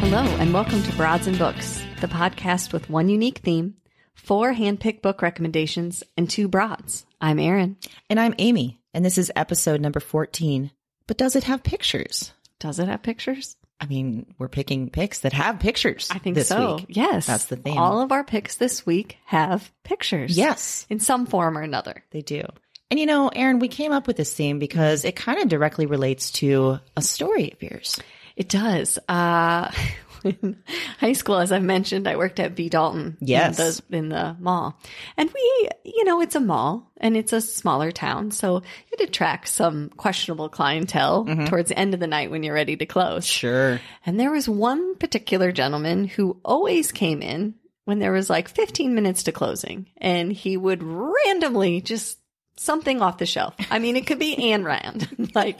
Hello, and welcome to Broads and Books, the podcast with one unique theme, four handpicked book recommendations, and two broads. I'm Erin. And I'm Amy, and this is episode number 14. But does it have pictures? Does it have pictures? I mean, we're picking picks that have pictures. I think this so. Week. Yes. That's the theme. All of our picks this week have pictures. yes, In some form or another. they do. And you know, Aaron, we came up with this theme because it kind of directly relates to a story of yours. It does. Uh, in high school, as I mentioned, I worked at B. Dalton. Yes. In the, in the mall. And we, you know, it's a mall and it's a smaller town. So it attracts some questionable clientele towards the end of the night when you're ready to close. Mm-hmm. Sure. And there was one particular gentleman who always came in when there was like 15 minutes to closing and he would randomly just something off the shelf. I mean, it could be Ayn Rand, like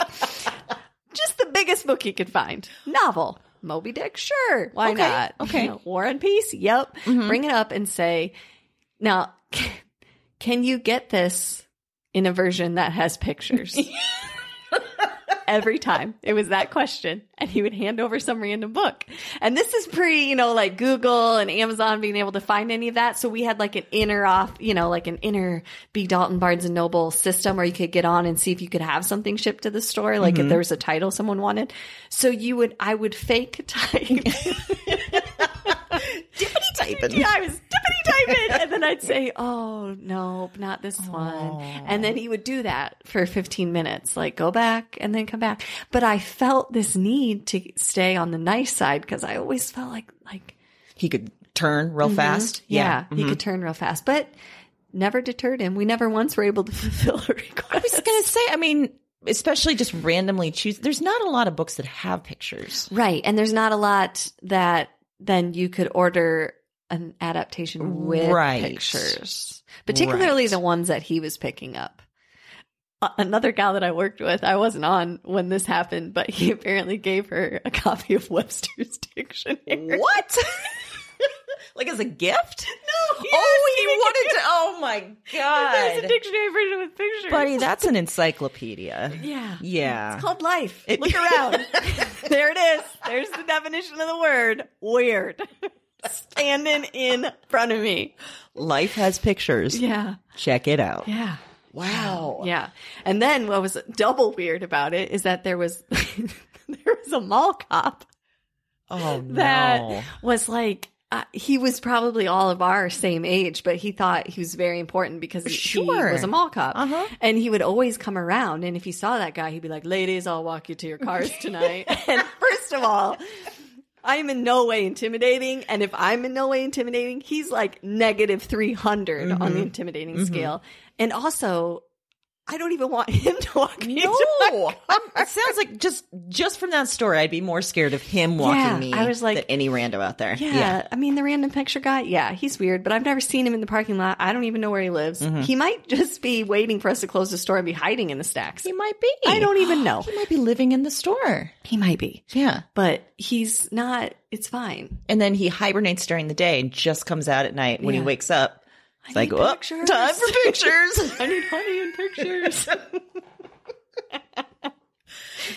just the biggest book he could find. Novel. Moby Dick, sure. Mm-hmm. Why Okay, not? okay. You know, War and Peace, yep. Bring it up and say, now, can you get this in a version that has pictures? Every time it was that question, and he would hand over some random book. And this is pre, you know, like Google and Amazon being able to find any of that. So we had like an inner off, you know, like an inner B. Dalton Barnes and Noble system where you could get on and see if you could have something shipped to the store, like if there was a title someone wanted. So you would, I would fake type yeah, I was dippity typing. And then I'd say, oh, nope, not this one. And then he would do that for 15 minutes, like go back and then come back. But I felt this need to stay on the nice side because I always felt like, like, He could turn real fast. Mm-hmm. yeah, he mm-hmm. could turn real fast, but never deterred him. We never once were able to fulfill a request. I was going to say, I mean, especially just randomly choose. There's not a lot of books that have pictures. Right. And there's not a lot that then you could order an adaptation with Right. pictures, particularly Right. the ones that he was picking up. A- Another gal that I worked with, I wasn't on when this happened, but he apparently gave her a copy of Webster's Dictionary. What? like as a gift? No. he oh, was he giving wanted it- to. Oh my There's a god. dictionary version with pictures. Buddy, that's an encyclopedia. yeah. Yeah. Called life. Look around. there it is. There's the definition of the word weird. Standing in front of me. Life has pictures. Yeah. Check it out. Yeah. Wow. Yeah. And then what was double weird about it is that there was there was a mall cop Oh no. that was like uh, he was probably all of our same age, but he thought he was very important because he- Sure. he was a mall cop. Uh-huh. And he would always come around. And if he saw that guy, he'd be like, Ladies, I'll walk you to your cars tonight. and first of all, I'm in no way intimidating. And if I'm in no way intimidating, he's like negative 300 Mm-hmm. on the intimidating scale. And also, I don't even want him to walk me to my No, Um, it sounds like just just from that story, I'd be more scared of him walking Yeah, me. I was like- than any rando out there. Yeah. I mean, the random picture guy, yeah, he's weird, but I've never seen him in the parking lot. I don't even know where he lives. Mm-hmm. He might just be waiting for us to close the store and be hiding in the stacks. he might be. I don't even know. He might be living in the store. he might be, Yeah, but he's not. It's fine. and then he hibernates during the day and just comes out at night when Yeah. he wakes up. It's like, need oh, pictures." time for pictures. I need honey and pictures.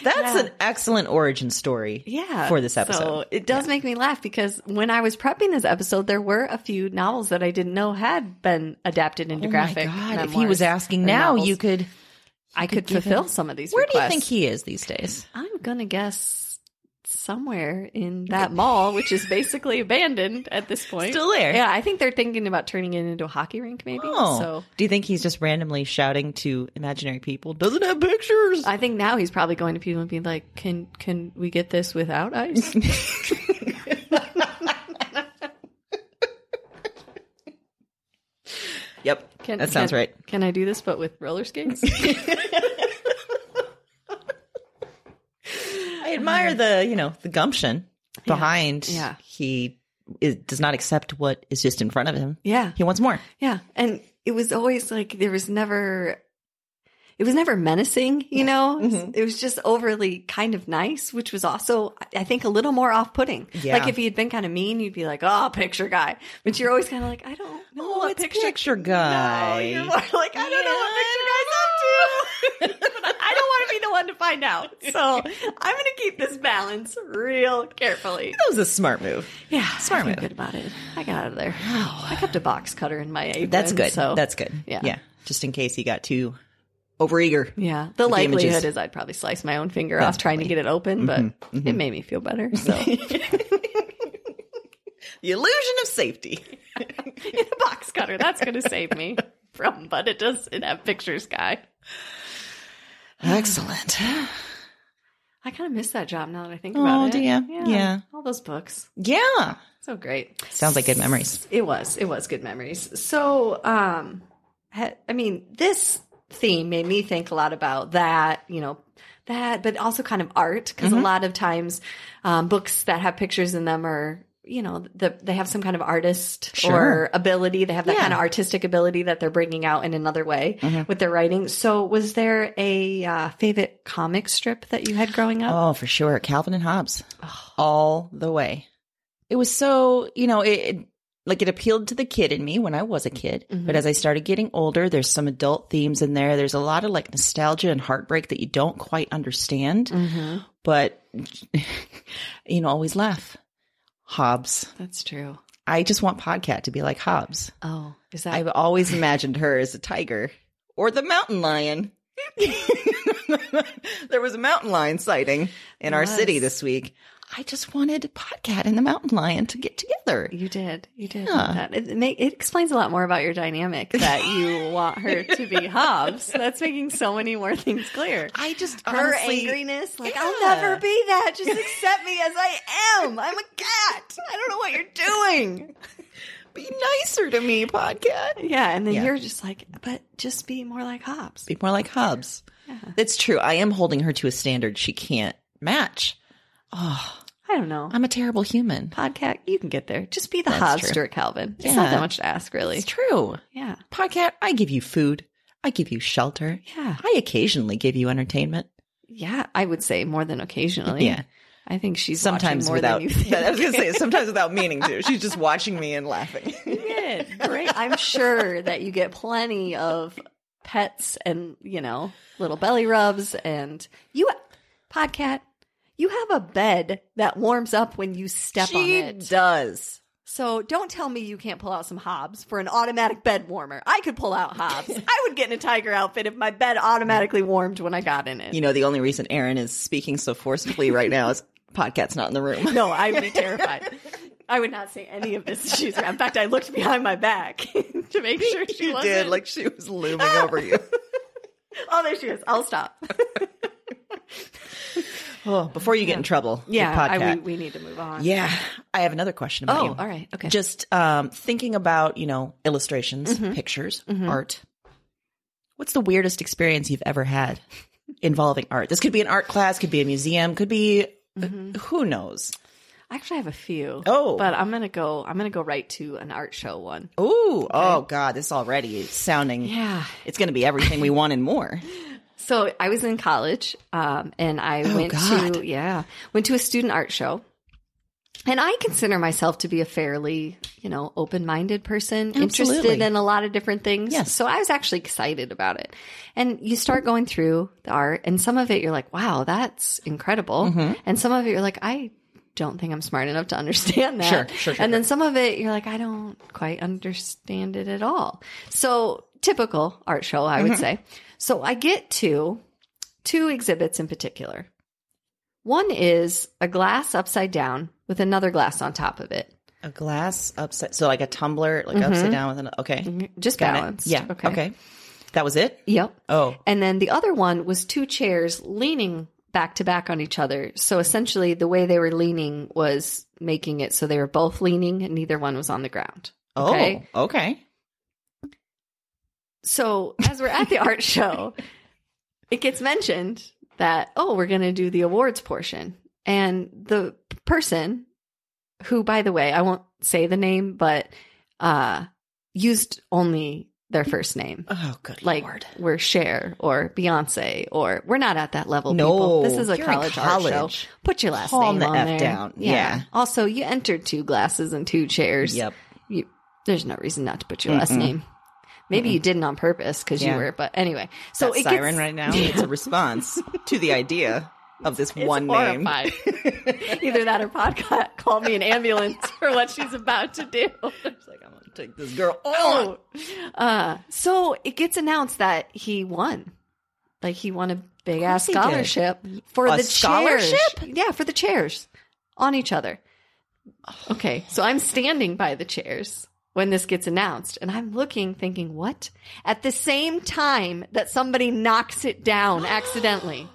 That's an excellent origin story. yeah. for this So episode. it does make me laugh because when I was prepping this episode, there were a few novels that I didn't know had been adapted into Oh my graphic. God! If he memoirs was asking or now, novels. you could. I could give fulfill him- some of these. Where do you requests. think he is these days? I'm gonna guess somewhere in that mall, which is basically abandoned at this point. Still there. Yeah, I think they're thinking about turning it into a hockey rink, maybe. Oh, So do you think he's just randomly shouting to imaginary people? Doesn't have pictures. I think now he's probably going to people and being like, "Can can we get this without ice?" yep, Can, that sounds can- right. Can I do this but with roller skates? I admire the, you know, the gumption behind. Yeah. He is, does not accept what is just in front of him. yeah, He wants more. yeah. And it was always like there was never. It was never menacing, you know? Mm-hmm. It was just overly kind of nice, which was also, I- I think, a little more off putting. Yeah. Like if he had been kind of mean, you'd be like, oh, picture guy. But you're always kind of like, I don't know what Oh, it's Oh, picture, picture No, guy. you're more like, I don't know what picture guy's up to. but I don't want to be the one to find out. So I'm going to keep this balance real carefully. That was a smart move. Yeah. Smart I feel move. good about it. I got out of there. I kept a box cutter in my apron. That's good. So That's good. yeah. Yeah. Just in case he got too overeager. Yeah, the the images. likelihood is I'd probably slice my own finger off trying to get it open, but Mm-hmm. it made me feel better. So in The illusion of safety. a box cutter, that's going to save me from. But it does in that pictures guy. Excellent. I kind of miss that job now that I think Oh, about it. do ya? Yeah. all those books, Yeah. so great. Sounds like good memories. It was, it was good memories. So, um, ha- I mean, this theme made me think a lot about that. You know. That, but also kind of art, because Mm-hmm. a lot of times um, books that have pictures in them are, you know, the, they have some kind of artist Sure. or ability. They have that Yeah. Mm-hmm. kind of artistic ability that they're bringing out in another way with their writing. So, was there a uh, favorite comic strip that you had growing up? Oh, for sure. Calvin and Hobbes. All the way. It was so, you know, it, it- like it appealed to the kid in me when I was a kid. But as I started getting older, there's some adult themes in there. There's a lot of like nostalgia and heartbreak that you don't quite understand, Oh, Mm. mm-hmm. but you know, always laugh. Hobbes. That's true. I just want Podcat to be like Hobbes. Oh, is that I've always imagined her as a tiger or the mountain lion. there was a mountain lion sighting in our Was. city this week. I just wanted Podcat and the mountain lion to get together. you did? You did Yeah. want that. It, it, make, it explains a lot more about your dynamic that you want her to be Hobbs. That's making so many more things clear. I just Her honestly, angriness, like I'll Yeah. never be that. Just accept me as I am. I'm a cat. I don't know what you're doing. be nicer to me, Podcat. Yeah, and then Yeah. you're just like, but just be more like Hobbs. Be more like Hobbes. That's true. I am holding her to a standard she can't match. I don't know. I'm a terrible human. Um, Podcast, you can get there. Just be the That's Hobbs true. Stuart Calvin. It's not Yeah. that much to ask, really. It's true. Yeah, Podcat, I give you food. I give you shelter. yeah, I occasionally give you entertainment. yeah. I would say more than occasionally. Yeah. I think she's watching sometimes more without Than you think. I was gonna say sometimes without meaning to. She's just watching me and laughing. Good, great. I'm sure that you get plenty of pets and you know little belly rubs and you podcast. You have a bed that warms up when you step on she it. does. So don't tell me you can't pull out some Hobbs for an automatic bed warmer. I could pull out Hobbs. I would get in a tiger outfit if my bed automatically warmed when I got in it. You know, the only reason Aaron is speaking so forcefully right now is Podcat's not in the room. No, I'd be terrified. I would not say any of this. She's around. In fact, I looked behind my back to make sure she you wasn't. did, like she was looming over you. oh, there she is. I'll stop. Oh, before you get in trouble. with Yeah, I, podcat. we, we need to move on. yeah. I have another question about Oh, you. all right. Okay. Just um, thinking about, you know, illustrations, Mm-hmm. pictures, art. What's the weirdest experience you've ever had involving art? This could be an art class, could be a museum, could be uh, Mm-hmm. who knows. I actually have a few. Oh. but I'm gonna go. I'm gonna go right to an art show one. Ooh, oh god, this already is sounding Yeah. It's going to be everything we want and more. So I was in college, um, and I went to Oh, God. yeah went to a student art show, and I consider myself to be a fairly you know open minded person, interested Absolutely. in a lot of different things. Yes. So I was actually excited about it, and you start going through the art, and some of it you're like, wow, that's incredible, Mm-hmm. and some of it you're like, I. Don't think I'm smart enough to understand that. Sure, sure, sure, And then some of it, you're like, I don't quite understand it at all. So typical art show, I Mm-hmm. would say. So I get to two exhibits in particular. One is a glass upside down with another glass on top of it. A glass upside, so like a tumbler, like upside down with an okay. Just Got it. balanced. Yeah. Mm-hmm. Okay. That was it. Yep. Oh, And then the other one was two chairs leaning back to back on each other. So essentially, the way they were leaning was making it so they were both leaning and neither one was on the ground. oh, okay. So as we're at the art show, it gets mentioned that, oh, we're going to do the awards portion. And the person who, by the way, I won't say the name, but uh, used only their first name. Oh, good Like lord. we're Cher or Beyonce or we're not at that level. No, people. this is a you're in college, art college. show. Put your last Calm name on the F there. down. Yeah. Also, you entered two glasses and two chairs Yep. you there's no reason not to put your last name. Maybe you didn't on purpose because Yeah. you were, but anyway. So So that it siren gets right now. It's a response to the idea of this one name. horrifying. Either that or podcast call me an ambulance for what she's about to do. Take this girl. Oh, uh, so it gets announced that he won. Like he won a big ass he did. scholarship for A the scholarship? chairs. Yeah, for the chairs on each other. Okay, so I'm standing by the chairs when this gets announced, and I'm looking, thinking, what? At the same time that somebody knocks it down accidentally,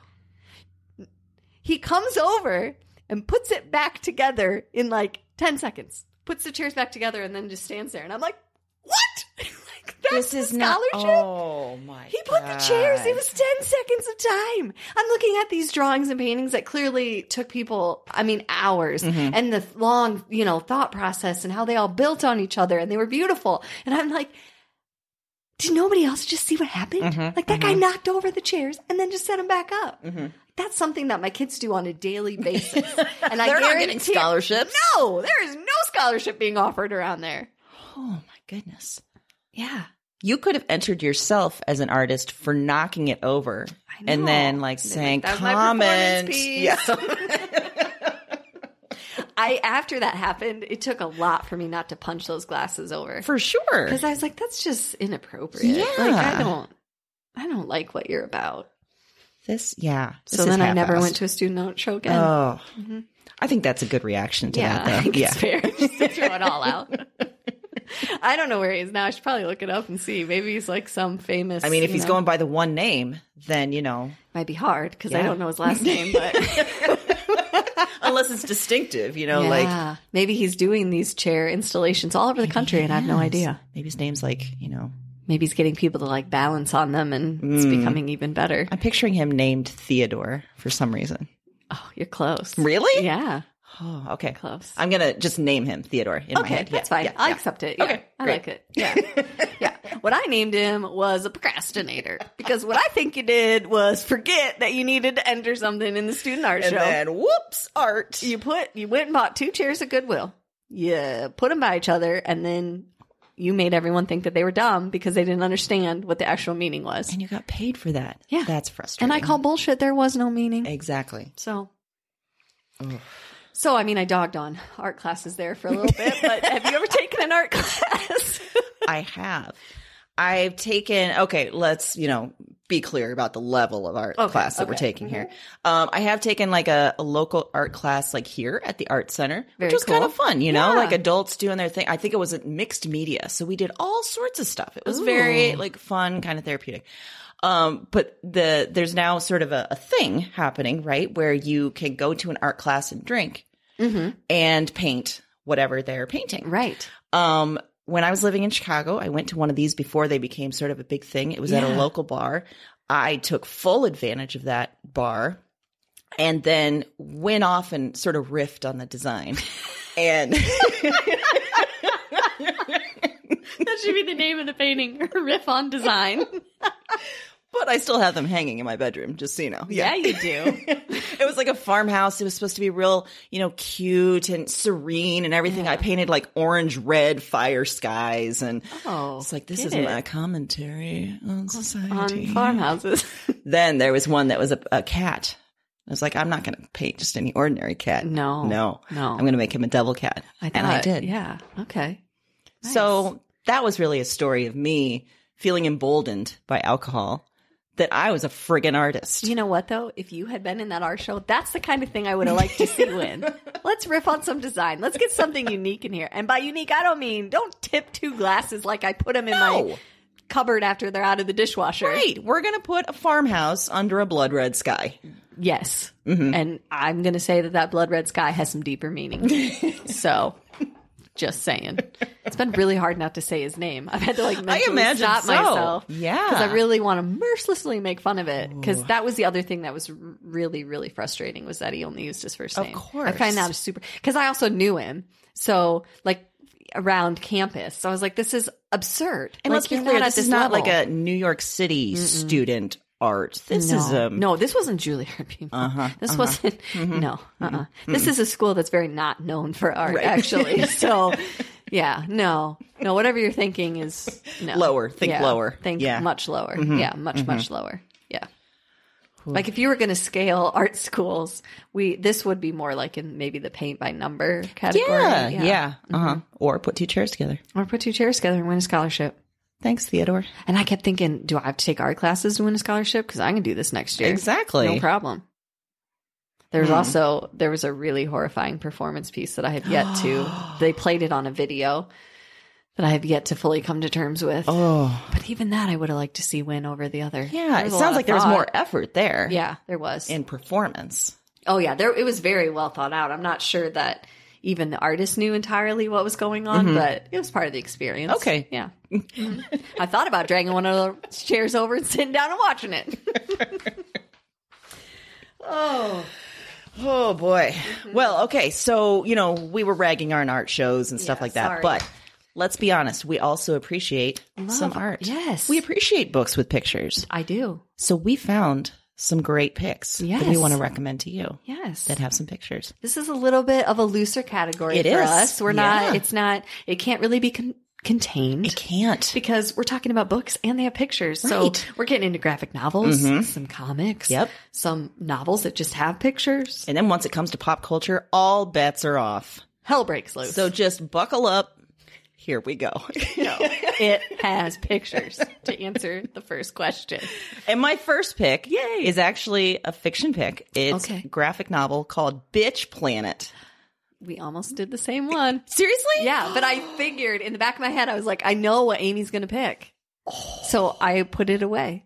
he comes over and puts it back together in like 10 seconds, puts the chairs back together, and then just stands there. And I'm like, what? like, that's This is the not. scholarship? Oh my. He put the chairs. It God. was 10 seconds of time. I'm looking at these drawings and paintings that clearly took people, I mean, hours Mm-hmm. and the long, you know, thought process and how they all built on each other and they were beautiful. And I'm like, did nobody else just see what happened? Mm-hmm. like that guy knocked over the chairs and then just set them back up. That's something that my kids do on a daily basis. and I They're not guarantee getting scholarships. No, there is no scholarship being offered around there. Oh my goodness. Yeah. You could have entered yourself as an artist for knocking it over, know. and then like And then, saying like, that was my comments. performance piece. Yeah. I after that happened, it took a lot for me not to punch those glasses over. For sure. because I was like, that's just inappropriate. Yeah. Like I don't, I don't like what you're about. This, yeah. so then I never went to a student art show again. Oh, I think that's a good reaction to yeah, I that. Though. think Yeah. it's fair just to throw it all out. I don't know where he is now. I should probably look it up and see. Maybe he's like some famous. I mean, if you he's know, going by the one name, then you know, might be hard because I Yeah. don't know his last name. But unless it's distinctive, you know, like yeah, maybe he's doing these chair installations all over the country, and I have no idea. maybe his name's like you know. Maybe he's getting people to like balance on them, and it's Hmm. becoming even better. I'm picturing him named Theodore for some reason. Oh, you're close. Really? Yeah, Oh, okay. close. I'm gonna just name him Theodore in my Okay, head. Yeah, that's fine. yeah, I'll yeah. accept it. Yeah, Okay, I great. like it. Yeah, yeah. What I named him was a procrastinator because what I think you did was forget that you needed to enter something in the student art And show. then whoops, art. you put you went and bought two chairs at Goodwill. Yeah, put them by each other, and then you made everyone think that they were dumb because they didn't understand what the actual meaning was. and you got paid for that. Yeah. that's frustrating. And I call bullshit. There was no meaning. exactly. So. So I mean, I dogged on art classes there for a little bit, but have you ever taken an art class? I have. I've taken okay, let's, you know, be clear about the level of art Okay, class that we're okay. Mm-hmm. taking here. Um, I have taken like a, a local art class like here at the art center, Very which was kind cool. of fun, you know, Yeah. like adults doing their thing. I think it was mixed media. So we did all sorts of stuff. It was very like fun, kind of therapeutic. Um, but the, there's now sort of a, a thing happening, right? Where you can go to an art class and drink and paint whatever they're painting. Mm-hmm. Right. Um, when I was living in Chicago, I went to one of these before they became sort of a big thing. It was at a Yeah. local bar. I took full advantage of that bar and then went off and sort of riffed on the design. and That should be the name of the painting. Riff on design. but I still have them hanging in my bedroom, just so you know. Yeah, you do. it was like a farmhouse. It was supposed to be real, you know, cute and serene and everything. I painted like orange red fire skies and Oh, it's like this get is it. my commentary on on society. farmhouses. Then there was one that was a, a cat. I was like, I'm not going to paint just any ordinary cat. No. No. No. I'm going to make him a devil cat. and I thought, did. Uh, Yeah. Okay. So that was really a story of me feeling emboldened by alcohol that I was a friggin' artist. You know what though? If you had been in that art show, that's the kind of thing I would have liked to see you in. Let's riff on some design. Let's get something unique in here. And by unique, I don't mean don't tip two glasses like I put them in my No. cupboard after they're out of the dishwasher. Right. We're going to put a farmhouse under a blood red sky. Yes. And I'm going to say that that blood red sky has some deeper meaning. so, just saying. It's been really hard not to say his name. I've had to like mentally imagine stop so. myself. Yeah. Because I really want to mercilessly make fun of it. Because that was the other thing that was r- really, really frustrating was that he only used his first name. I course. find that super. Because I also knew him. So, like, around campus. So I was like, this is absurd. And like, let's be you're clear, at this, is not like a New York City student art. This no. is um, no, this wasn't Juilliard. people. Uh-huh, This wasn't Mm-hmm, no. Uh-uh. This is a school that's very not known for art, actually. so, yeah, no, no. Whatever you're thinking is no. Lower. Think Yeah. lower. Think Yeah. Mm-hmm, much lower. Yeah, much much lower. Yeah. Like if you were going to scale art schools, we this would be more like in maybe the paint by number category. Yeah. Yeah. Mm-hmm. Uh-huh. Or put two chairs together. Or put two chairs together and win a scholarship. Thanks, Theodore. And I kept thinking, do I have to take art classes to win a scholarship? Because I can do this next year. Exactly. Hmm. No problem. There's also there was a really horrifying performance piece that I have yet to they played it on a video that I have yet to fully come to terms with. Oh. But even that I would have liked to see win over the other. Yeah. There It was a lot sounds of like there was thought. more effort there. Yeah, there was. in performance. oh yeah, there it was very well thought out. I'm not sure that even the artist knew entirely what was going on, but it was part of the experience. Mm-hmm. Okay. Yeah. Mhm. I thought about dragging one of those chairs over and sitting down and watching it. Oh boy. Mm-hmm. Well, okay. So, you know, we were ragging on art shows and stuff Yeah, like that, sorry. but let's be honest, we also appreciate some art. yes. We appreciate books with pictures. I do. So we found some great picks that we Yes. want to recommend to you Yes. that have some pictures. This is a little bit of a looser category It for is. us. We're Yeah. not, it's not, it can't really be con- contained It can't. because we're talking about books and they have pictures. Right. Mm-hmm. So we're getting into graphic novels, some comics, Yep. some novels that just have pictures. And then once it comes to pop culture, all bets are off. Hell breaks loose. So just buckle up. Here we go. it has pictures to answer the first question. and my first pick is actually a fiction pick. It's Okay. a graphic novel called Bitch Planet. We almost did the same one. Seriously? Yeah, but I figured in the back of my head, I was like, I know what Amy's going to pick. So I put it away.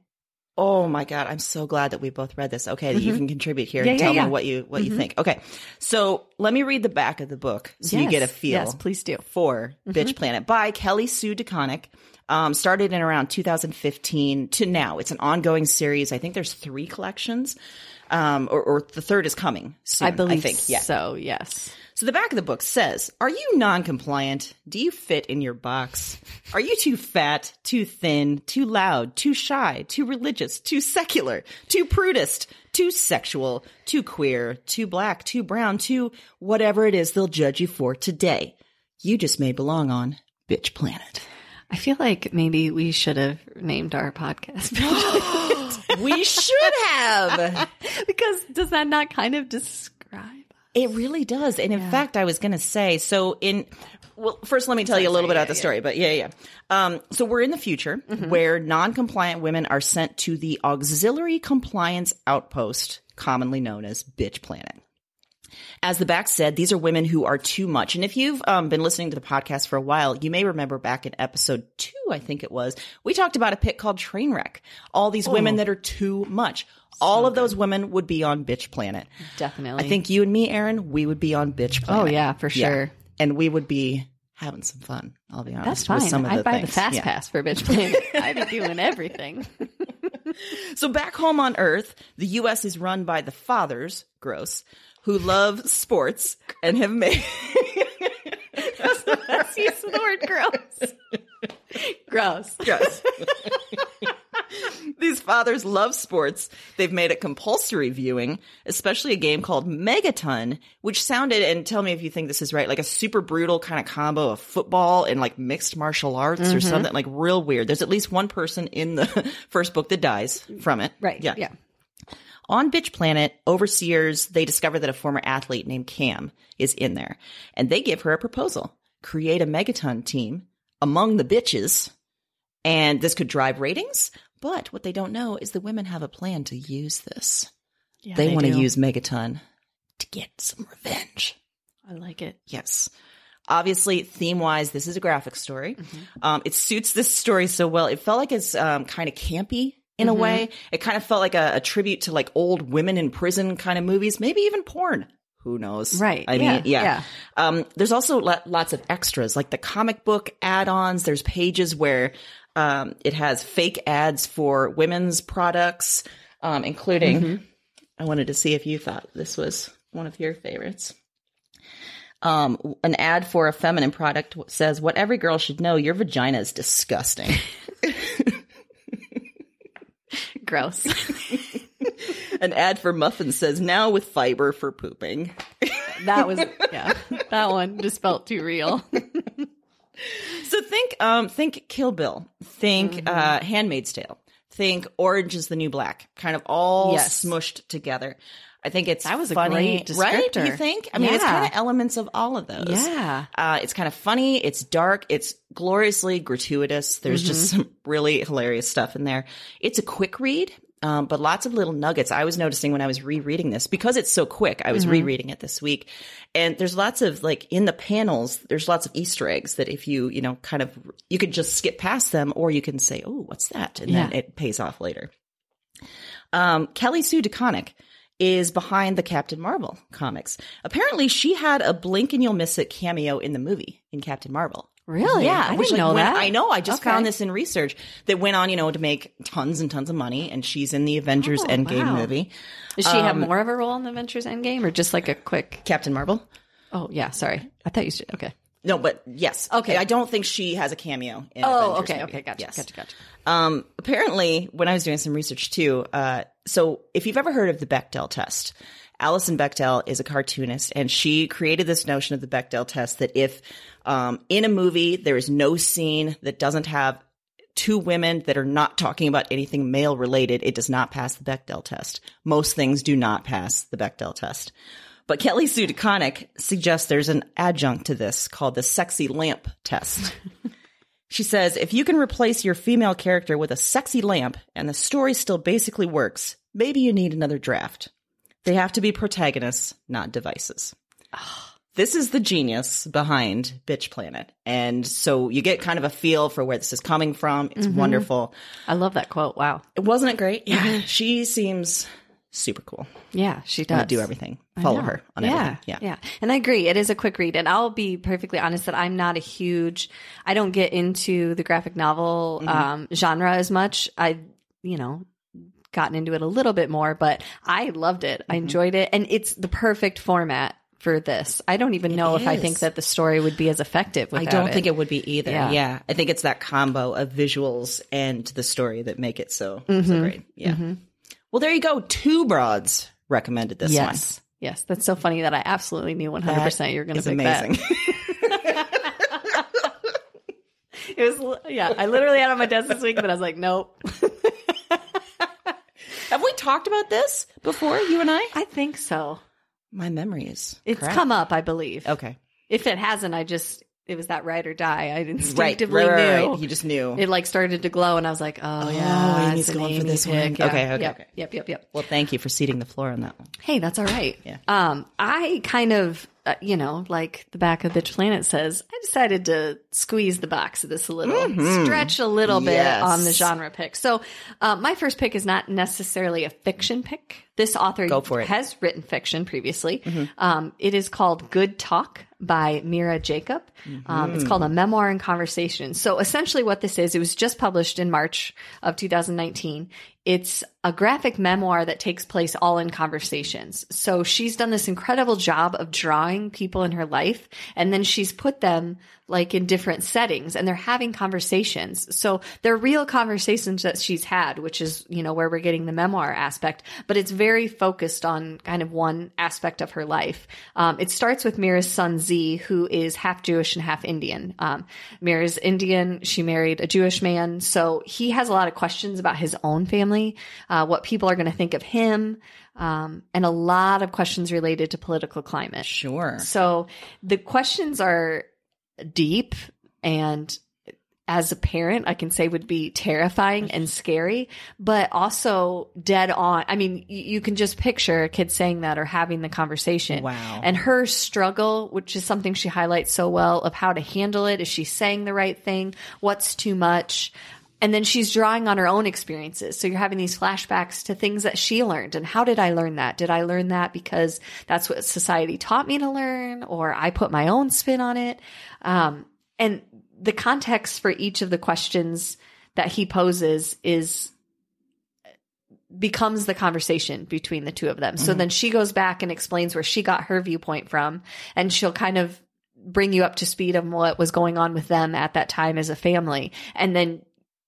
Oh my god, I'm so glad that we both read this. Okay, that you can contribute here Mm-hmm. Yeah, and yeah, tell yeah. Mm-hmm. me what you what you think. Okay. So, let me read the back of the book so you get a Yes. feel Yes, please do. Mm-hmm. for Bitch Planet by Kelly Sue DeConnick. Um, started in around 2015 to now. It's an ongoing series. I think there's three collections. Um, or, or the third is coming soon. I believe think. Yeah. so, yes. So the back of the book says, Are you non-compliant? Do you fit in your box? Are you too fat, too thin, too loud, too shy, too religious, too secular, too prudist, too sexual, too queer, too black, too brown, too whatever it is they'll judge you for today? You just may belong on Bitch Planet. I feel like maybe we should have named our podcast We should have. because does that not kind of describe? It really does. And in fact, I was going to say, so in well, first let me tell you a little bit about the story, but yeah, Mm-hmm. yeah. Um, so we're in the future where non-compliant women are sent to the auxiliary compliance outpost, commonly known as Bitch Planet. As the back said, these are women who are too much. And if you've um, been listening to the podcast for a while, you may remember back in episode two, I think it was, we talked about a pit called Trainwreck. All these women that are too much. All of those women would be on Bitch Planet. Definitely. I think you and me, Aaron, we would be on Bitch Oh Planet. yeah, for sure. And we would be having some fun. I'll be That's honest. fine. With some of I'd the buy things. the fast Yeah. pass for bitch planet. I'd be doing everything. So back home on Earth, the U.S. is run by the fathers, gross, who love sports and have made. That's the use of the word gross. gross. Yes. These fathers love sports. They've made it compulsory viewing, especially a game called Megaton, which sounded, and tell me if you think this is right, like a super brutal kind of combo of football and like mixed martial arts or Mm-hmm. something, like real weird. There's at least one person in the first book that dies from it. Right. Yeah. Yeah. On Bitch Planet, overseers, they discover that a former athlete named Cam is in there, and they give her a proposal. Create a megaton team among the bitches, and this could drive ratings. But what they don't know is the women have a plan to use this. they want to do. use megaton to get some revenge. I like it. Yes. Obviously, theme wise, this is a graphic story. Mm-hmm. Um, it suits this story so well. It felt like it's um, kind of campy in Mm-hmm. a way. It kind of felt like a, a tribute to like old women in prison kind of movies, maybe even porn. Who knows? Right. I Yeah. mean, yeah. Yeah. Um, there's also lo- lots of extras like the comic book add ons. There's pages where um, it has fake ads for women's products, um, including. Mm-hmm. I wanted to see if you thought this was one of your favorites. Um, an ad for a feminine product says, "What every girl should know: your vagina is disgusting." Gross. an ad for muffins says, "Now with fiber for pooping." that was yeah. That one just felt too real. So think, um, think Kill Bill, think Mm-hmm. uh, Handmaid's Tale, think Orange is the New Black, kind of all Yes. smushed together. I think it's That was a funny, great right? You descriptor. think? I mean, it's Yeah. kind of elements of all of those. Yeah. Uh, it's kind of funny. It's dark. It's gloriously gratuitous. There's just Mm-hmm. some really hilarious stuff in there. It's a quick read, um, but lots of little nuggets. I was noticing when I was rereading this because it's so quick. I was Mm-hmm. rereading it this week, and there's lots of like in the panels. There's lots of Easter eggs that if you you know kind of you could just skip past them, or you can say, "Oh, what's that?" and then Yeah. it pays off later. Um, Kelly Sue DeConnick is behind the Captain Marvel comics. Apparently, she had a blink and you'll miss it cameo in the movie in Captain Marvel. Really? Yeah, I which, didn't know when- that. I know. I just Okay. found this in research that went on, you know, to make tons and tons of money, and she's in the Avengers Oh, Endgame wow. movie. Does she Um, have more of a role in the Avengers Endgame, or just like a quick? Captain Marvel. Oh yeah, sorry. I thought you should. Okay. No, but yes. Okay. I don't think she has a cameo. In Oh, Avengers okay, movie. okay, gotcha, Yes. gotcha, gotcha. Um, apparently, when I was doing some research too, uh, so if you've ever heard of the Bechdel test, Alison Bechdel is a cartoonist, and she created this notion of the Bechdel test that if um, in a movie there is no scene that doesn't have two women that are not talking about anything male related, it does not pass the Bechdel test. Most things do not pass the Bechdel test. But Kelly Sue DeConnick suggests there's an adjunct to this called the sexy lamp test. She says, if you can replace your female character with a sexy lamp and the story still basically works, maybe you need another draft. They have to be protagonists, not devices. This is the genius behind Bitch Planet. And so you get kind of a feel for where this is coming from. It's wonderful. I love that quote. Wow. Wasn't it great? Yeah. She seems super cool. Yeah, she does. I do everything. Follow know. her on yeah, everything. Yeah. Yeah. And I agree. It is a quick read. And I'll be perfectly honest that I'm not a huge, I don't get into the graphic novel Mm-hmm. um, genre as much. I, you know, gotten into it a little bit more, but I loved it. Mm-hmm. I enjoyed it. And it's the perfect format for this. I don't even know if I is. think that the story would be as effective I without don't think it would be either. Yeah. Yeah. I think it's that combo of visuals and the story that make it so, so great. Yeah. Well, there you go. Two broads recommended this Yes. Yes. That's so funny that I absolutely knew 100% you were going one. to It's pick amazing. that. It was, yeah. I literally had it on my desk this week, but I was like, nope. Have we talked about this before, you and I? I think so. My memory is. It's crap. come up, I believe. Okay. If it hasn't, I just it was that ride or die. I Right, instinctively right, right, knew right. You just knew. it like started to glow, and I was like, "Oh, yeah, Amy's it's an going for Amy this one. pick. Yeah. Okay, okay, yep, okay. yep, yep, yep. well, thank you for seating the floor on that one. Hey, that's all right. Yeah. Um, I kind of, uh, you know, like the back of Bitch Planet says, I decided to squeeze the box of this a little, stretch a little bit Mm-hmm. Yes. on the genre pick. So, uh, my first pick is not necessarily a fiction pick. This author Go for it. Mm-hmm. has written fiction previously. Um, it is called Good Talk by Mira Jacob. Mm-hmm. Um, it's called A Memoir and Conversation. So essentially, what this is, it was just published in March of 2019. It's a graphic memoir that takes place all in conversations. So she's done this incredible job of drawing people in her life, and then she's put them like in different settings and they're having conversations. So they're real conversations that she's had, which is, you know, where we're getting the memoir aspect, but it's very focused on kind of one aspect of her life. Um, it starts with Mira's son Z, who is half Jewish and half Indian. Um, Mira's Indian. She married a Jewish man. So he has a lot of questions about his own family, uh, what people are going to think of him, um, and a lot of questions related to political climate. Sure. So the questions are deep and as a parent, I can say would be terrifying and scary, but also dead on. I mean, y- you can just picture a kid saying that or having the conversation. Wow. And her struggle, which is something she highlights so well of how to handle it. Is she saying the right thing? What's too much? And then she's drawing on her own experiences. So you're having these flashbacks to things that she learned. And how did I learn that? Did I learn that because that's what society taught me to learn or I put my own spin on it? Um, and the context for each of the questions that he poses is becomes the conversation between the two of them. So then she goes back and explains where she got her viewpoint from, and she'll kind of bring you up to speed on what was going on with them at that time as a family, and then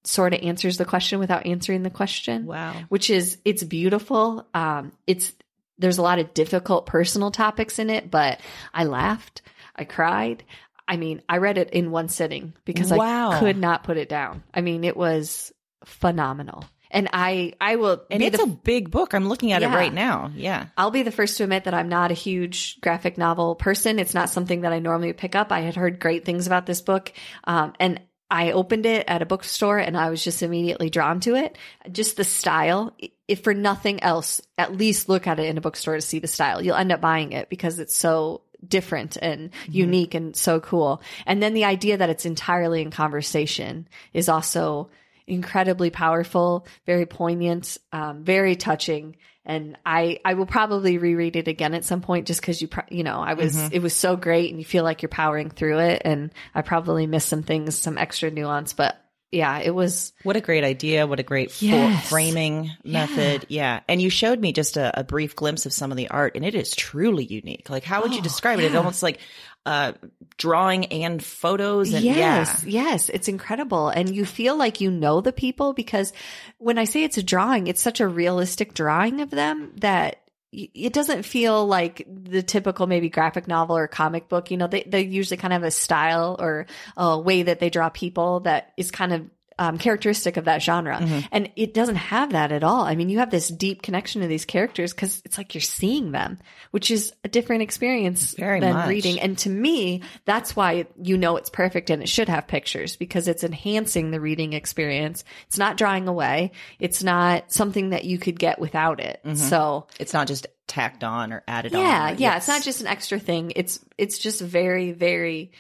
sort of answers the question without answering the question Wow. which is it's beautiful. Um, it's there's a lot of difficult personal topics in it, but I laughed, I cried. I mean, I read it in one sitting because Wow. I could not put it down. I mean, it was phenomenal, and I I will And be it's the a big book. I'm looking at Yeah. it right now. Yeah. I'll be the first to admit that I'm not a huge graphic novel person. It's not something that I normally pick up. I had heard great things about this book. Um, and I opened it at a bookstore and I was just immediately drawn to it. Just the style. i- If for nothing else, at least look at it in a bookstore to see the style. You'll end up buying it because it's so different and unique and so cool. And then the idea that it's entirely in conversation is also incredibly powerful, very poignant, um, very touching. And I, I will probably reread it again at some point just cause you, pro- you know, I was, it was so great and you feel like you're powering through it. And I probably missed some things, some extra nuance, but yeah, it was, What a great idea. What a great fo- Yes. framing method. Yeah. And you showed me just a, a brief glimpse of some of the art, and it is truly unique. Like, how would Oh, you describe it? It's almost like uh, drawing and photos. And, yes, Yeah. yes, it's incredible. And you feel like you know the people because when I say it's a drawing, it's such a realistic drawing of them that y- it doesn't feel like the typical maybe graphic novel or comic book. You know, they, they usually kind of have a style or a way that they draw people that is kind of um, characteristic of that genre. Mm-hmm. And it doesn't have that at all. I mean, you have this deep connection to these characters because it's like you're seeing them, which is a different experience Very than much. reading. And to me, that's why you know it's perfect and it should have pictures because it's enhancing the reading experience. It's not drawing away. It's not something that you could get without it. Mm-hmm. So It's not just tacked on or added on. yeah, yeah. Yes. It's not just an extra thing. It's it's just very, very,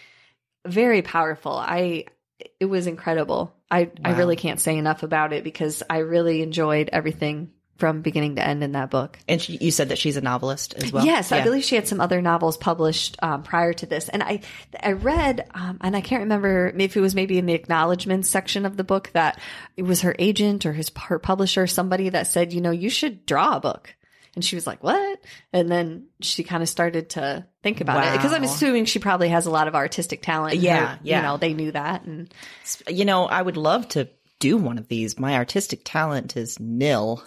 very powerful. I it was incredible. I I Wow. really can't say enough about it because I really enjoyed everything from beginning to end in that book. And she, you said that she's a novelist as well. yes, I Yeah. believe she had some other novels published um, prior to this, and I I read um, and I can't remember if it was maybe in the acknowledgments section of the book that it was her agent or his her publisher somebody that said you know you should draw a book, and she was like what, and then she kind of started to think about it because I'm Wow. assuming she probably has a lot of artistic talent. and Yeah, her- yeah. You know they knew that, and You know, I would love to do one of these. My artistic talent is nil.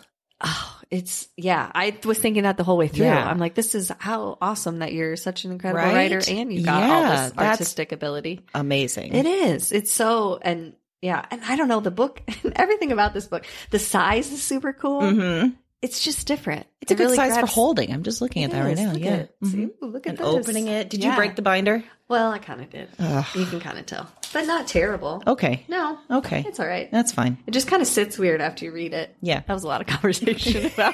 it's yeah. I was thinking that the whole way through. Yeah. I'm like, this is how awesome that you're such an incredible Right? writer, and you got all Yeah, this that's- artistic ability. Amazing. It is. It's so and yeah, and I don't know the book, everything about this book. The size is super cool. Mm-hmm. it's just different. It's a It good really size for grabs- holding. I'm just looking at that right Yes, now. look yeah. Mm-hmm. at it. See? Ooh, look at And this. opening it. Did you Yeah. break the binder? Well, I kind of did. You can kind of tell, but not terrible. Okay. No. Oh. Okay. It's all right. That's fine. It just kind of sits weird after you read it. Yeah. That was a lot of conversation about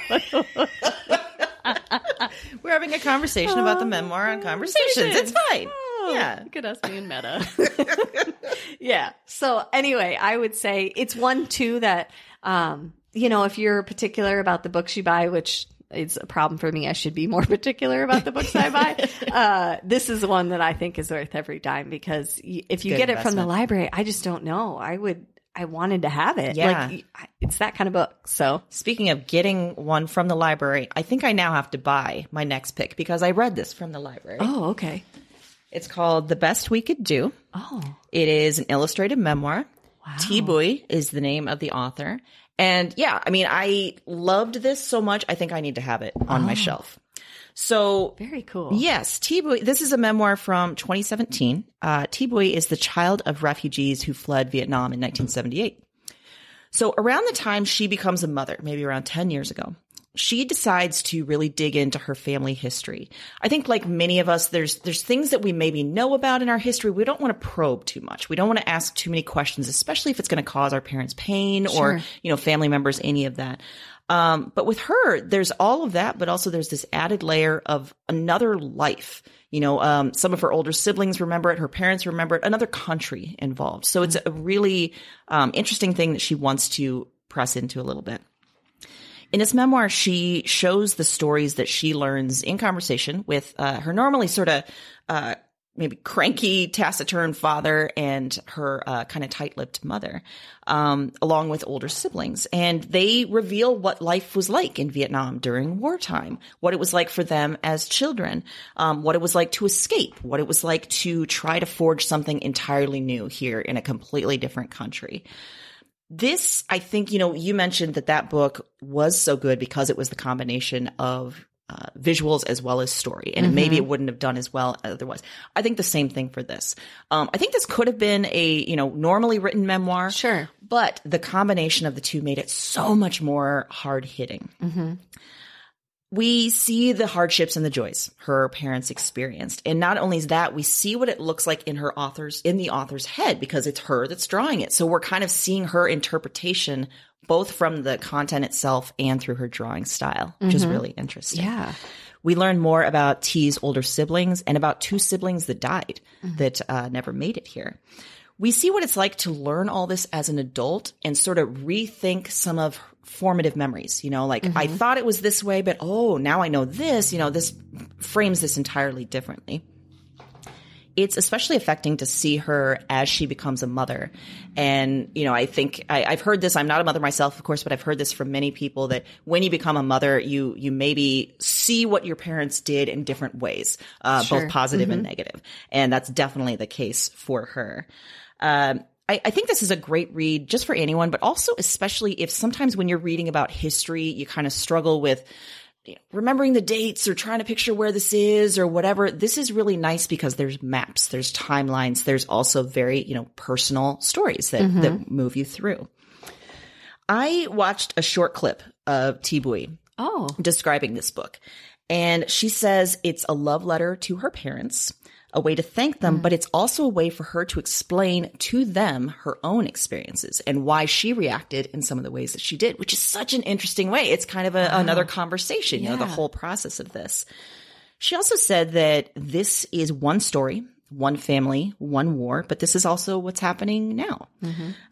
We're having a conversation about the memoir on conversations. It's fine. Oh. Yeah. Look at us being meta. yeah. So anyway, I would say it's one too that um, you know, if you're particular about the books you buy, which is a problem for me, I should be more particular about the books I buy. Uh, this is one that I think is worth every dime because y- if you Good get it from the investment. library, I just don't know. I would. I wanted to have it. Yeah. Like y- it's that kind of book. So Speaking of getting one from the library, I think I now have to buy my next pick because I read this from the library. oh okay. It's called The Best We Could Do. Oh. It is an illustrated memoir. T Boy is the name of the author. And yeah, I mean, I loved this so much. I think I need to have it on my shelf. So Very cool. Yes, T Boy. This is a memoir from 2017. Uh, T Boy is the child of refugees who fled Vietnam in 1978. So, around the time she becomes a mother, maybe around 10 years ago, she decides to really dig into her family history. I think like many of us there's there's things that we maybe know about in our history we don't want to probe too much. We don't want to ask too many questions especially if it's going to cause our parents pain or you know family members any of that. Um, but with her, there's all of that, but also there's this added layer of another life. You know, um, some of her older siblings remember it, her parents remember it, another country involved. So it's a really um, interesting thing that she wants to press into a little bit. In this memoir, she shows the stories that she learns in conversation with uh, her normally sort of uh, maybe cranky, taciturn father and her uh, kind of tight lipped mother, um, along with older siblings. And they reveal what life was like in Vietnam during wartime, what it was like for them as children, um, what it was like to escape, what it was like to try to forge something entirely new here in a completely different country this i think you know you mentioned that that book was so good because it was the combination of uh, visuals as well as story and maybe it wouldn't have done as well otherwise i think the same thing for this um, i think this could have been a you know normally written memoir Sure. but the combination of the two made it so much more hard hitting we see the hardships and the joys her parents experienced and not only is that we see what it looks like in her author's in the author's head because it's her that's drawing it so we're kind of seeing her interpretation both from the content itself and through her drawing style which is really interesting Yeah. we learn more about T's older siblings and about two siblings that died that uh, never made it here. We see what it's like to learn all this as an adult and sort of rethink some of formative memories. You know, like I thought it was this way, but oh, now I know this. You know, this frames this entirely differently it's especially affecting to see her as she becomes a mother. And, you know, I think I, I've heard this. I'm not a mother myself, of course, but I've heard this from many people that when you become a mother, you, you maybe see what your parents did in different ways, uh, both positive and negative. And that's definitely the case for her. Um, I, I think this is a great read just for anyone, but also especially if sometimes when you're reading about history, you kind of struggle with, you know, remembering the dates or trying to picture where this is or whatever. This is really nice because there's maps, there's timelines, there's also very, you know, personal stories that, that move you through. I watched a short clip of T Bui Oh. describing this book. And she says it's a love letter to her parents, a way to thank them, but it's also a way for her to explain to them her own experiences and why she reacted in some of the ways that she did, which is such an interesting way. It's kind of a, another conversation, you know, the whole process of this. She also said that this is one story, one family, one war, but this is also what's happening now.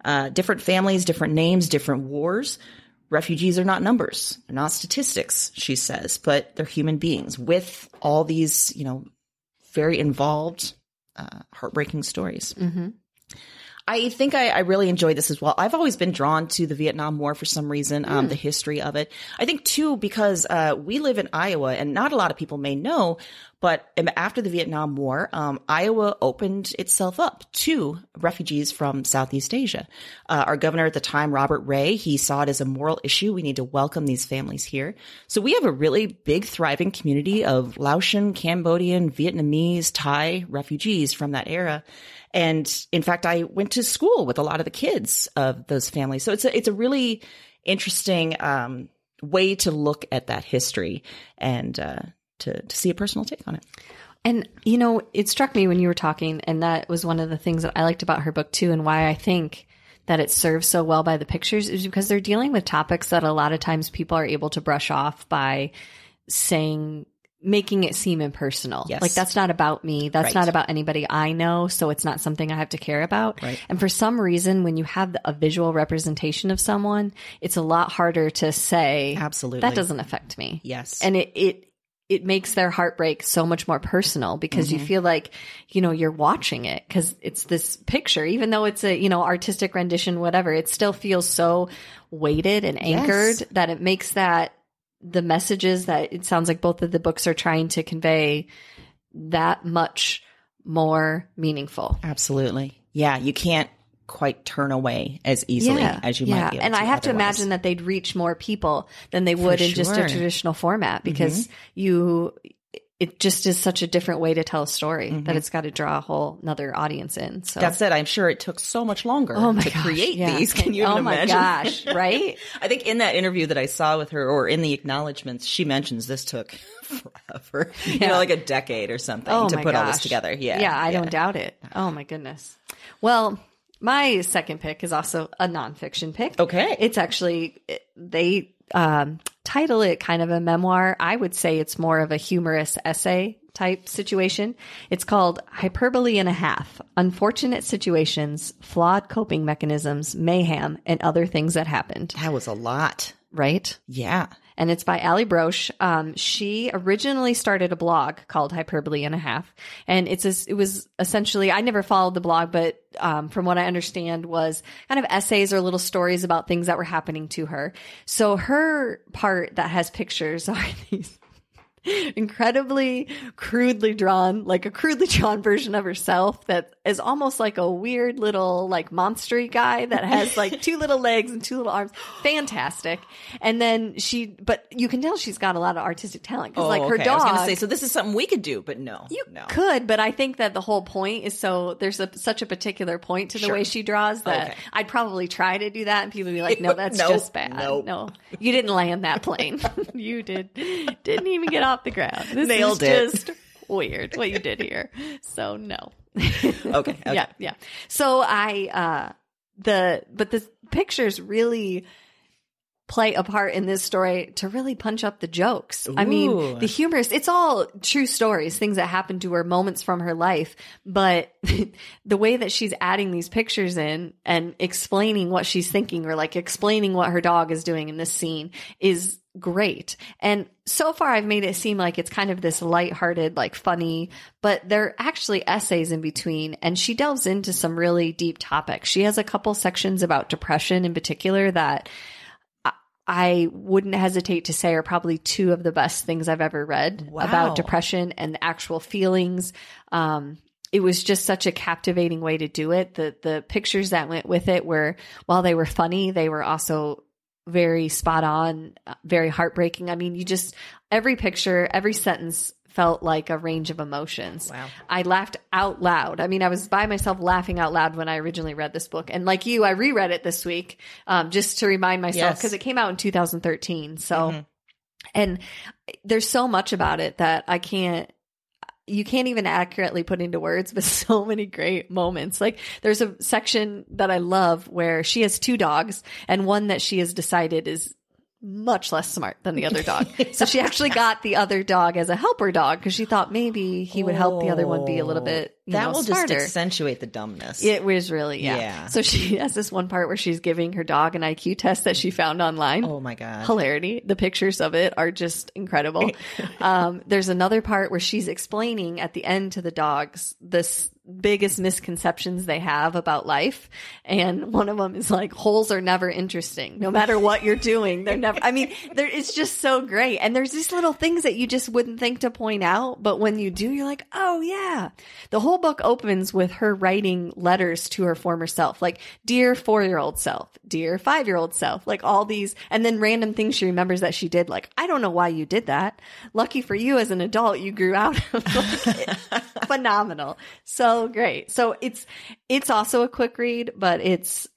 Uh, different families, different names, different wars. Refugees are not numbers, they're not statistics, she says, but they're human beings with all these, you know, very involved, uh, heartbreaking stories. I think I, I really enjoyed this as well. I've always been drawn to the Vietnam War for some reason, um, the history of it. I think too because uh, we live in Iowa, and not a lot of people may know, but um, after the Vietnam War, um, Iowa opened itself up to refugees from Southeast Asia. Uh, our governor at the time, Robert Ray, he saw it as a moral issue. We need to welcome these families here. So we have a really big, thriving community of Laotian, Cambodian, Vietnamese, Thai refugees from that era. And in fact, I went to school with a lot of the kids of those families. So it's a, it's a really interesting, um, way to look at that history and uh, to, to see a personal take on it. And you know, it struck me when you were talking, and that was one of the things that I liked about her book too, and why I think that it serves so well by the pictures is because they're dealing with topics that a lot of times people are able to brush off by saying making it seem impersonal. Yes. Like that's not about me. That's Right. not about anybody I know, so it's not something I have to care about. Right. And for some reason when you have a visual representation of someone, it's a lot harder to say Absolutely. that doesn't affect me Yes. and it it it makes their heartbreak so much more personal because you feel like you know you're watching it because it's this picture even though it's a you know artistic rendition whatever it still feels so weighted and anchored that it makes that the messages that it sounds like both of the books are trying to convey that much more meaningful Absolutely. Yeah. You can't quite turn away as easily as you might be. Able and to I have to otherwise. imagine that they'd reach more people than they would in just sure. Mm-hmm. a traditional format because you, it just is such a different way to tell a story that Mm-hmm. it's got to draw a whole another audience in. So That said, I'm sure it took so much longer oh my to gosh, create yeah. these. Can you oh even my imagine? gosh, right? I think in that interview that I saw with her, or in the acknowledgments, she mentions this took forever. You know, like a decade or something Oh to my put all this gosh. together. Yeah, yeah, I don't doubt it. Oh my goodness. Well, my second pick is also a nonfiction pick. Okay. it's actually they um, title it kind of a memoir. I would say it's more of a humorous essay type situation. It's called Hyperbole and a Half: Unfortunate Situations, Flawed Coping Mechanisms, Mayhem, and Other Things That Happened. That was a lot. Right Yeah. and it's by Ali Broche. Um, she originally started a blog called Hyperbole and a Half, and it's a, it was essentially I never followed the blog, but um, from what I understand, was kind of essays or little stories about things that were happening to her. So her part that has pictures are these incredibly crudely drawn, like a crudely drawn version of herself that is almost like a weird little like monstery guy that has like two little legs and two little arms. Fantastic. And then she, but you can tell she's got a lot of artistic talent because like her Oh, okay. I dog. was going to say, so this is something we could do, but no, you no. could, but I think that the whole point is so there's a, such a particular point to the way she draws that Okay. I'd probably try to do that, and people would be like, "No, that's No, just bad. no. No, you didn't land that plane. you did didn't even get off the ground. This Nailed it. is just weird what you did here. So no, Okay, okay. yeah, yeah. So I uh the but the pictures really play a part in this story to really punch up the jokes. I Ooh. mean, the humorous, it's all true stories, things that happened to her, moments from her life, but the way that she's adding these pictures in and explaining what she's thinking or like explaining what her dog is doing in this scene is great. And so far I've made it seem like it's kind of this lighthearted, like funny, but there are actually essays in between and she delves into some really deep topics. She has a couple sections about depression in particular that I wouldn't hesitate to say are probably two of the best things I've ever read Wow. about depression and the actual feelings. Um, it was just such a captivating way to do it. The the pictures that went with it were while they were funny, they were also very spot on, uh, very heartbreaking. I mean, you just every picture, every sentence felt like a range of emotions. Wow. I laughed out loud. I mean, I was by myself laughing out loud when I originally read this book. And like you, I reread it this week um, just to remind myself Yes. because it came out in 2013. So, Mm-hmm. and there's so much about it that I can't. You can't even accurately put into words, but so many great moments. Like there's a section that I love where she has two dogs and one that she has decided is much less smart than the other dog. so she actually got the other dog as a helper dog because she thought maybe he would help the other one be a little bit you Oh, That know, will smarter. just accentuate the dumbness. It was really, yeah. Yeah. So she has this one part where she's giving her dog an IQ test that she found online. Oh my god. Hilarity. The pictures of it are just incredible. um, there's another part where she's explaining at the end to the dogs this biggest misconceptions they have about life. And one of them is like, holes are never interesting. No matter what you're doing, they're never, I mean, there, it's just so great. And there's these little things that you just wouldn't think to point out. But when you do, you're like, oh yeah. The whole book opens with her writing letters to her former self, like, dear four year old self, dear five year old self, like all these, and then random things she remembers that she did. Like, I don't know why you did that. Lucky for you as an adult, you grew out of like, phenomenal. So great. So it's, it's also a quick read, but it's,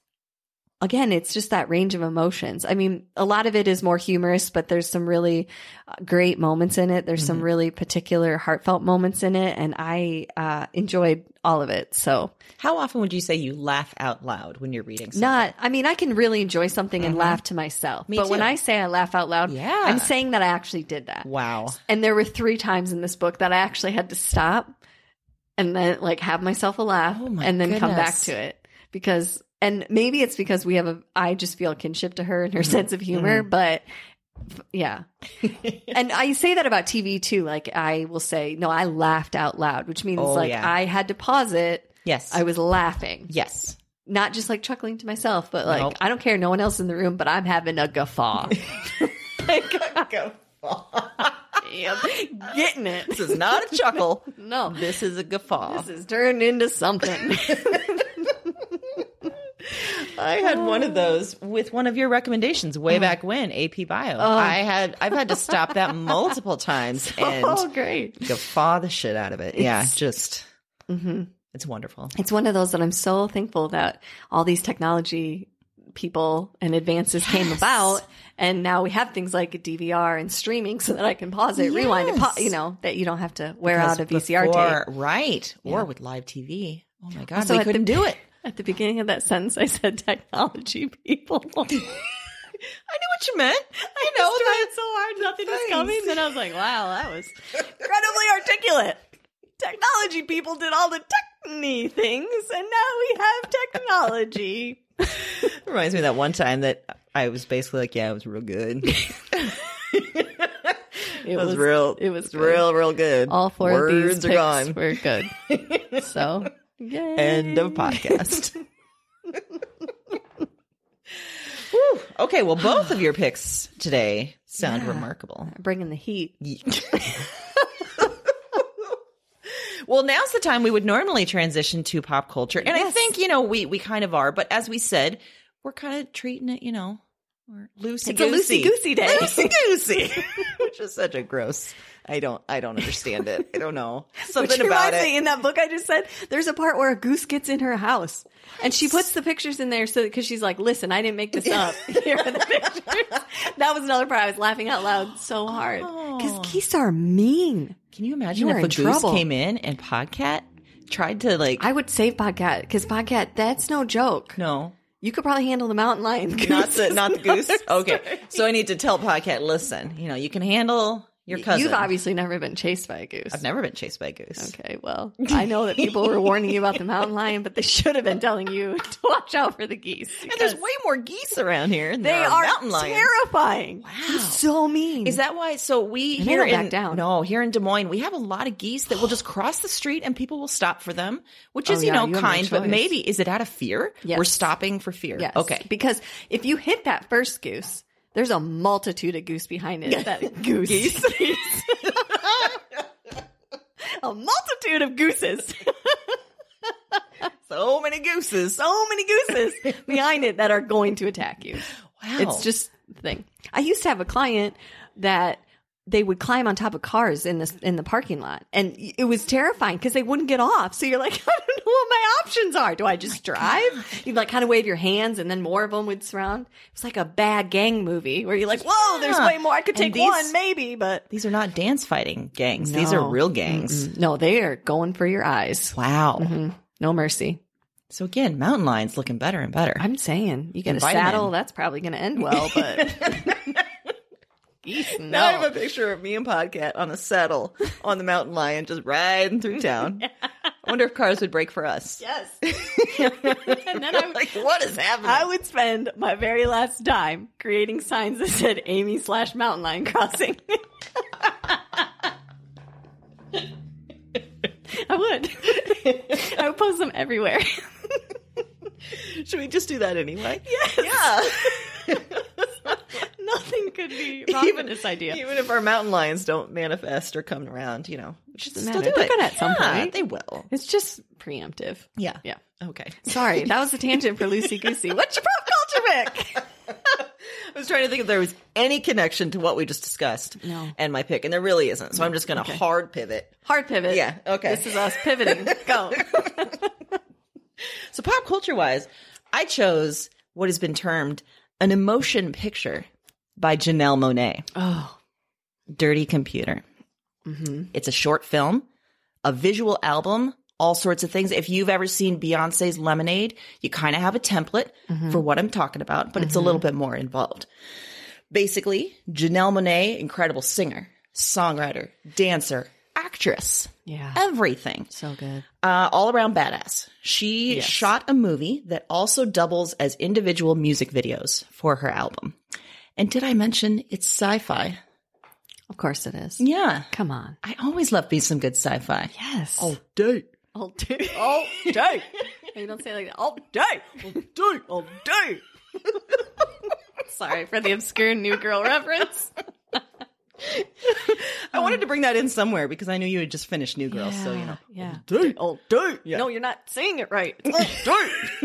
again, it's just that range of emotions. I mean, a lot of it is more humorous, but there's some really uh, great moments in it. There's Mm-hmm. some really particular heartfelt moments in it, and I uh, enjoyed all of it. So, How often would you say you laugh out loud when you're reading? Something? not, I mean, I can really enjoy something and laugh to myself. Uh-huh. Me but when too. I say I laugh out loud, Yeah. I'm saying that I actually did that. Wow. And there were three times in this book that I actually had to stop and then like have myself a laugh Oh my and then come back goodness. to it because and maybe it's because we have a I just feel kinship to her and Mm-hmm. her sense of humor, but f- yeah. and I say that about TV too. Like I will say, no, I laughed out loud, which means Oh, like yeah. I had to pause it. Yes. I was laughing. yes. Not just like chuckling to myself, but like Nope. I don't care no one else in the room, but I'm having a guffaw. like, Go. I'm getting it. This is not a chuckle. No. This is a guffaw. This is turned into something. I had one Oh. of those with one of your recommendations Uh-huh. way back when, AP Bio. I had I've had to stop that multiple times oh, and great. guffaw the shit out of it. Yeah, It's- just Mhm. it's wonderful. It's one of those that I'm so thankful that all these technology people and advances came about. And now we have things like a DVR and streaming so that I can pause it, rewind it, pa- Yes. you know, that you don't have to wear out Because a VCR tape. before- right? Or with live TV. Oh my god, Also we at the- couldn't do it. At the beginning of that sentence, I said technology people. I knew what you meant. I know that so hard, nothing was coming. Then I was like, wow, that was incredibly articulate. Technology people did all the techny things, and now we have technology. reminds me of that one time that I was basically like, yeah, it was real good. it It was, real. It was good. real, real good. All four words of these are picks gone. were good. So, yay. End of podcast. Whew. Okay, well, both of your picks today sound remarkable. bringing the heat. well, now's the time we would normally transition to pop culture, and I think you know we we kind of are, but as we said, we're kind of treating it, you know, we're loosey It's a loosey goosey day. loosey goosey, which is such a gross. I don't I don't understand it. I don't know something Which about reminds it. me, in that book I just said, there's a part where a goose gets in her house, and she puts the pictures in there so because she's like, "Listen, I didn't make this up. Here are the pictures." that was another part I was laughing out loud so hard because Oh. geese are mean. Can you imagine You if are a in goose trouble. came in and Podcat tried to like? I would save Podcat because Podcat, that's no joke. no, You could probably handle the mountain lion. not the not the goose. Okay, so I need to tell Podcat. Listen, you know you can handle your cousin. You've obviously never been chased by a goose. I've never been chased by a goose. Okay, well, I know that people were warning you about the mountain lion, but they should have been telling you to watch out for the geese. And there's because way more geese around here. Than they there are mountain lions. terrifying. Wow. so mean. Is that why? So we And they here don't back in down. no here in Des Moines we have a lot of geese that will just cross the street and people will stop for them, which Oh, is yeah, you know you have no kind, but choice. maybe is it out of fear? Yes. We're stopping for fear. Yes. Okay. Because if you hit that first goose, there's a multitude of goose behind it. That goose. Geese. a multitude of gooses. So many gooses. so many gooses behind it that are going to attack you. Wow. It's just the thing. I used to have a client that they would climb on top of cars in this in the parking lot, and it was terrifying because they wouldn't get off. So you're like, I don't know what my options are. Oh Do I just drive? You'd like kind of wave your hands, and then more of them would surround. It's like a bad gang movie where you're like, Whoa, there's Yeah. way more. I could And take these- one maybe, but These are not dance fighting gangs. These are No. real gangs. no, they are going for your eyes. Wow. No mercy. So again, mountain lions looking better and better. I'm saying you get a Invite 'em saddle. in. That's probably going to end well, but geese, no. Now I have a picture of me and Podcat on a saddle on the mountain lion, just riding through town. I wonder if cars would break for us. yes. and then I, would- Like, what is happening? I would spend my very last dime creating signs that said Amy slash mountain lion crossing. I would. I would post them everywhere. Should we just do that anyway? Nothing could be Yeah. wrong with this idea. Even if our mountain lions don't manifest or come around, you know, we should still matter. do They're it. gonna at some Yeah, point. They will. it's just preemptive. Yeah. Yeah. Okay. Sorry, that was a tangent for Lucy Goosey. What's your pop culture pick? I was trying to think if there was any connection to what we just discussed No. and my pick, and there really isn't. So I'm just going to hard pivot. Hard pivot. Yeah, okay. This is us pivoting. Go. So pop culture wise, I chose what has been termed an emotion picture by Janelle Monet, Oh. Dirty Computer. Mm-hmm. It's a short film, a visual album, all sorts of things. If you've ever seen Beyonce's Lemonade, you kind of have a template for what I'm talking about, but it's a little bit more involved. Basically, Janelle Monet, incredible singer, songwriter, dancer, actress, Yeah. everything So good. uh, all around badass. She shot a movie that also doubles as individual music videos for her album. And did I mention it's sci fi? Of course it is. Yeah. Come on. I always love me some good sci fi. Yes. day. all day. All day. you don't say it like that. All day. All day. All day. Sorry for the obscure new girl reference. I wanted to bring that in somewhere because I knew you had just finished New Girl. So, you know. Yeah. Day. All day. Yeah. No, you're not saying it right.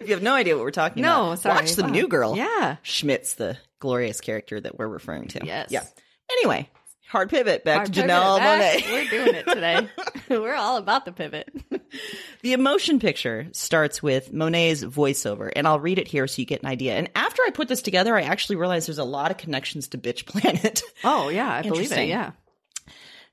If you have no idea what we're talking about, no, sorry. watch the Wow. New Girl. Yeah. Schmidt's the glorious character that we're referring to. Yes. Yeah. Anyway, hard pivot back Our to pivot Janelle back. Monet. We're doing it today. We're all about the pivot. The emotion picture starts with Monet's voiceover, and I'll read it here so you get an idea. And after I put this together, I actually realized there's a lot of connections to Bitch Planet. Oh, yeah. I believe it, believe it. Yeah.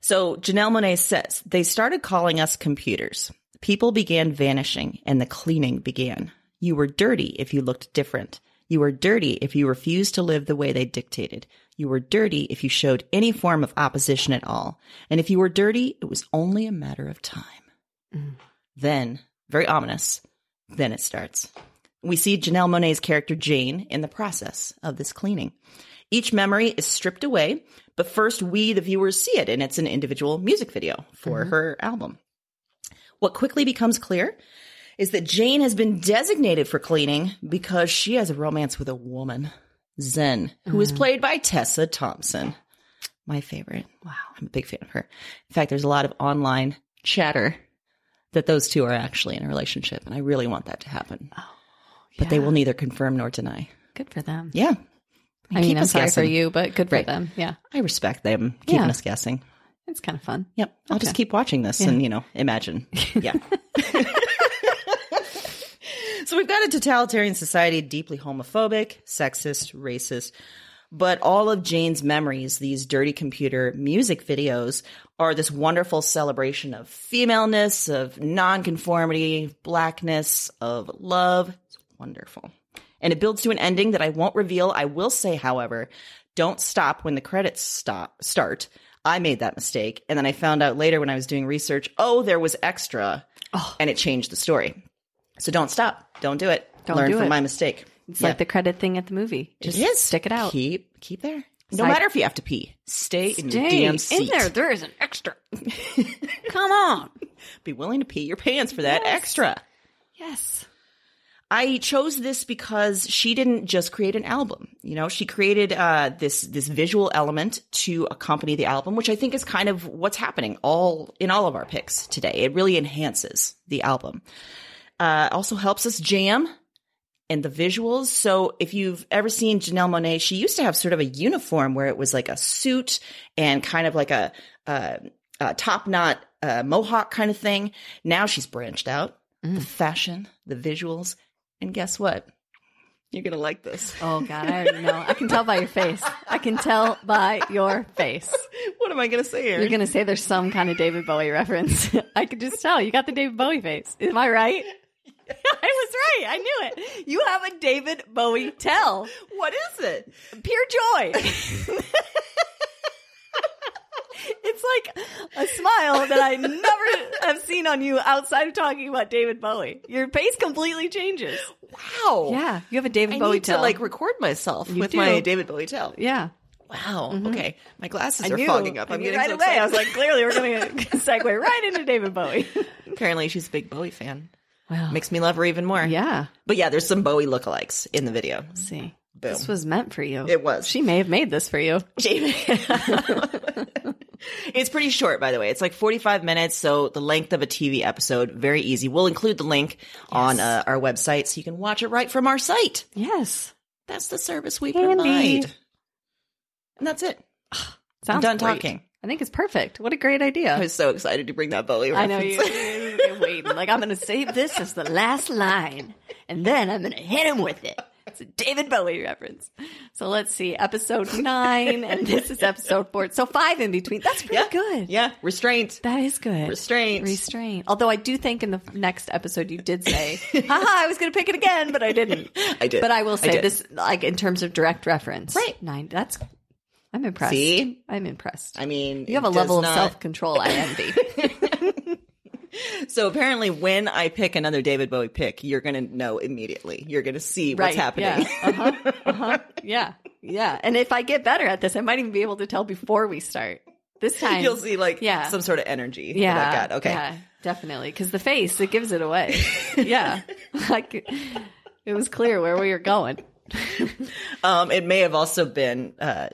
so Janelle Monet says, They started calling us computers. People began vanishing, and the cleaning began. You were dirty if you looked different. You were dirty if you refused to live the way they dictated. You were dirty if you showed any form of opposition at all. And if you were dirty, it was only a matter of time. Then, very ominous, then it starts. We see Janelle Monet's character Jane in the process of this cleaning. Each memory is stripped away, but first we, the viewers, see it, and it's an individual music video for her album. What quickly becomes clear is that Jane has been designated for cleaning because she has a romance with a woman, Zen, who is played by Tessa Thompson. My favorite. Wow. I'm a big fan of her. In fact, there's a lot of online chatter that those two are actually in a relationship, and I really want that to happen. But Ah. they will neither confirm nor deny. Good for them. Yeah. I mean, keep I'm us sorry for guessing. you, but good for Right. them. Yeah. I respect them keeping Yeah. us guessing. It's kind of fun. Yep. I'll just keep watching this and, you know, imagine. Yeah. so we've got a totalitarian society, deeply homophobic, sexist, racist. But all of Jane's memories, these dirty computer music videos, are this wonderful celebration of femaleness, of nonconformity, blackness, of love. It's wonderful. And it builds to an ending that I won't reveal. I will say, however, don't stop when the credits stop start. I made that mistake. And then I found out later when I was doing research, oh, there was extra. And it changed the story. So don't stop. Don't do it. Don't Learn do from it. my mistake. It's Yeah. like the credit thing at the movie. Just stick it out. Keep keep there. No Side- matter if you have to pee, stay, in your Dang, damn seat. in there, there is an extra. Come on. Be willing to pee your pants for that extra. Yes. I chose this because she didn't just create an album. You know, she created uh, this this visual element to accompany the album, which I think is kind of what's happening all in all of our picks today. It really enhances the album. Uh, also helps us jam and the visuals. So if you've ever seen Janelle Monet, she used to have sort of a uniform where it was like a suit and kind of like a, uh a top knot uh, mohawk kind of thing. Now she's branched out. The fashion, the visuals, and guess what? You're gonna like this. Oh God, I already know. I can tell by your face. I can tell by your face. What am I gonna say here? You're gonna say there's some kind of David Bowie reference. I could just tell. You got the David Bowie face. Am I right? I was right. I knew it. You have a David Bowie tell. what is it? Pure joy. it's like a smile that I never have seen on you outside of talking about David Bowie. Your face completely changes. Wow. Yeah, you have a David I Bowie need to tell. like record myself You with do. my David Bowie tell. yeah. Mm-hmm. Wow. Okay. My glasses I are knew. fogging up. I'm I knew getting right so away. excited. I was like, clearly we're going to segue right into David Bowie. Apparently, she's a big Bowie fan. Well, Makes me love her even more. yeah. But yeah, there's some Bowie lookalikes in the video. See, Boom. this was meant for you. It was. She may have made this for you. it's pretty short, by the way. It's like 45 minutes, so the length of a TV episode, very easy. We'll include the link on uh, our website so you can watch it right from our site. Yes. That's the service we Handy. provide. And that's it. Sounds done great. talking. I think it's perfect. What a great I idea. was so excited to bring that Bowie I reference. know you. there waiting. Like, I'm going to save this as the last line, and then I'm going to hit him with it. It's a David Bowie reference. So let's see, episode nine, and this is episode four. So five in between. That's pretty good. Yeah, restraint. That is good. Restraint. Restraint. Although I do think in the next episode you did say, haha, I was going to pick it again, but I didn't. I did. But I will say did. this, like in terms of direct reference. Right. Nine. That's, I'm impressed. See? I'm impressed. I mean, you have a it does level not- of self control I envy. So apparently, when I pick another David Bowie pick, you're going to know immediately. You're going to see what's happening. Yeah. Uh-huh. Uh-huh. yeah. Yeah. And if I get better at this, I might even be able to tell before we start. This time. You'll see like Yeah. some sort of energy. Yeah. That I got. Okay. Yeah, definitely. Because the face, it gives it away. yeah. Like it was clear where we were going. Um, it may have also been. Uh,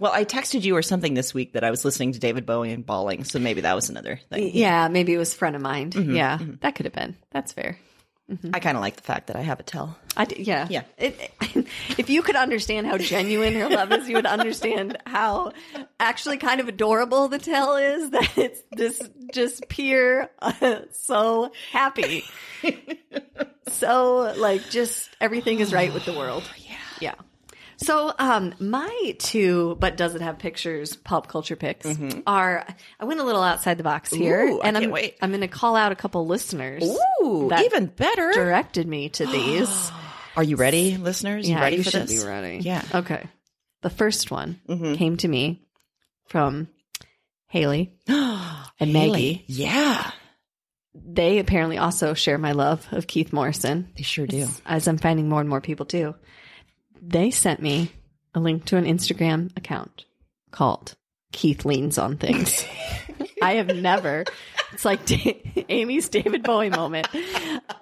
well, I texted you or something this week that I was listening to David Bowie and bawling, so maybe that was another thing. Yeah. Maybe it was front of mind. Yeah. That could have been. That's fair. Mm-hmm. I kind of like the fact that I have a tell. I d- yeah. Yeah. It, if you could understand how genuine her love is, you would understand how actually kind of adorable the tale is that it's this just pure, uh, so happy. so, like, just everything is right with the world. Yeah. Yeah. So, um, my two, but doesn't have pictures, pop culture picks are, I went a little outside the box here. Mm-hmm. Ooh, I and I'm, can't wait. I'm going to call out a couple listeners. Ooh, that even better. Directed me to these. Are you ready, listeners? Yeah, ready Mm-hmm. you for should this? be ready. Yeah. Okay. The first one came to me from Haley and Maggie. Haley. Yeah. They apparently also share my love of Keith Morrison, They sure do. as I'm finding more and more people do. They sent me a link to an Instagram account called Keith Leans on Things. I have never. It's like Da- Amy's David Bowie moment.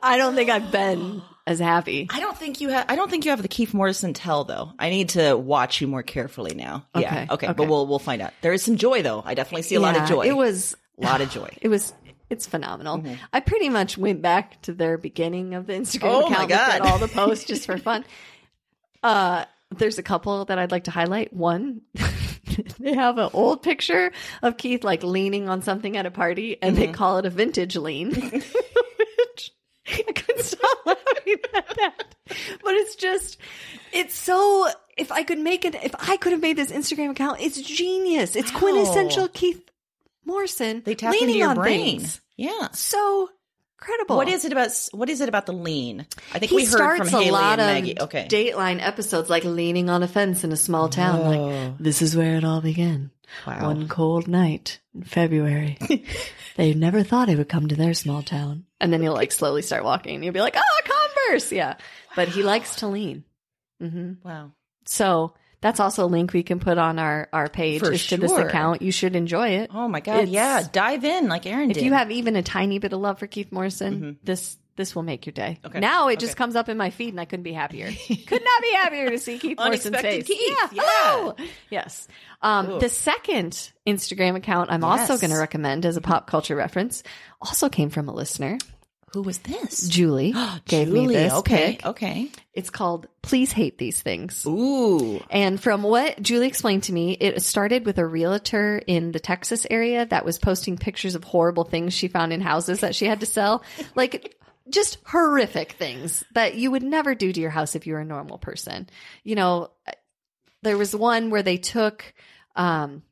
I don't think I've been as happy. I don't think you have. I don't think you have the Keith Morrison tell though. I need to watch you more carefully now. Okay, yeah. Okay. okay. But we'll we'll find out. There is some joy though. I definitely see a lot Yeah, of joy. It was a lot of joy. It was it's phenomenal. Mm-hmm. I pretty much went back to their beginning of the Instagram Oh my account, looked at God. all the posts just for fun. Uh there's a couple that I'd like to highlight. One, they have an old picture of Keith like leaning on something at a party and Mm-hmm. they call it a vintage lean. Which- I couldn't stop laughing at that. But it's just it's so if I could make it if I could have made this Instagram account, it's genius. It's quintessential Keith Morrison They tapped leaning into your on brain. things. Yeah. So credible. What is it about? What is it about the lean? I think he we heard starts from Haley a lot and of Maggie. Okay. Dateline episodes like leaning on a fence in a small town. Like this is where it all began. Oh. Wow. One cold night in February, they never thought it would come to their small town. And then he'll like slowly start walking. You'll be like, oh, Converse, yeah. But he likes to lean. hmm wow. So that's also a link we can put on our our page For is to this sure. account. You should enjoy it. Oh my God. It's- yeah. Dive in like Aaron If did. Mm-hmm. you have even a tiny bit of love for Keith Morrison, this this will make your day. Okay. Now it just comes up in my feed, and I couldn't be happier. Could not be happier to see Keith Morrison's Unexpected face. Keith, Yeah. yeah. Hello. Yes. Um, the second Instagram account I'm also Yes. going to recommend as a pop culture reference also came from a listener. who was this? Julie gave me Julie, this. Okay. pic. Okay. It's called "Please Hate These Things." Ooh. And from what Julie explained to me, it started with a realtor in the Texas area that was posting pictures of horrible things she found in houses that she had to sell. Like just horrific things that you would never do to your house if you were a normal person. You know, there was one where they took um,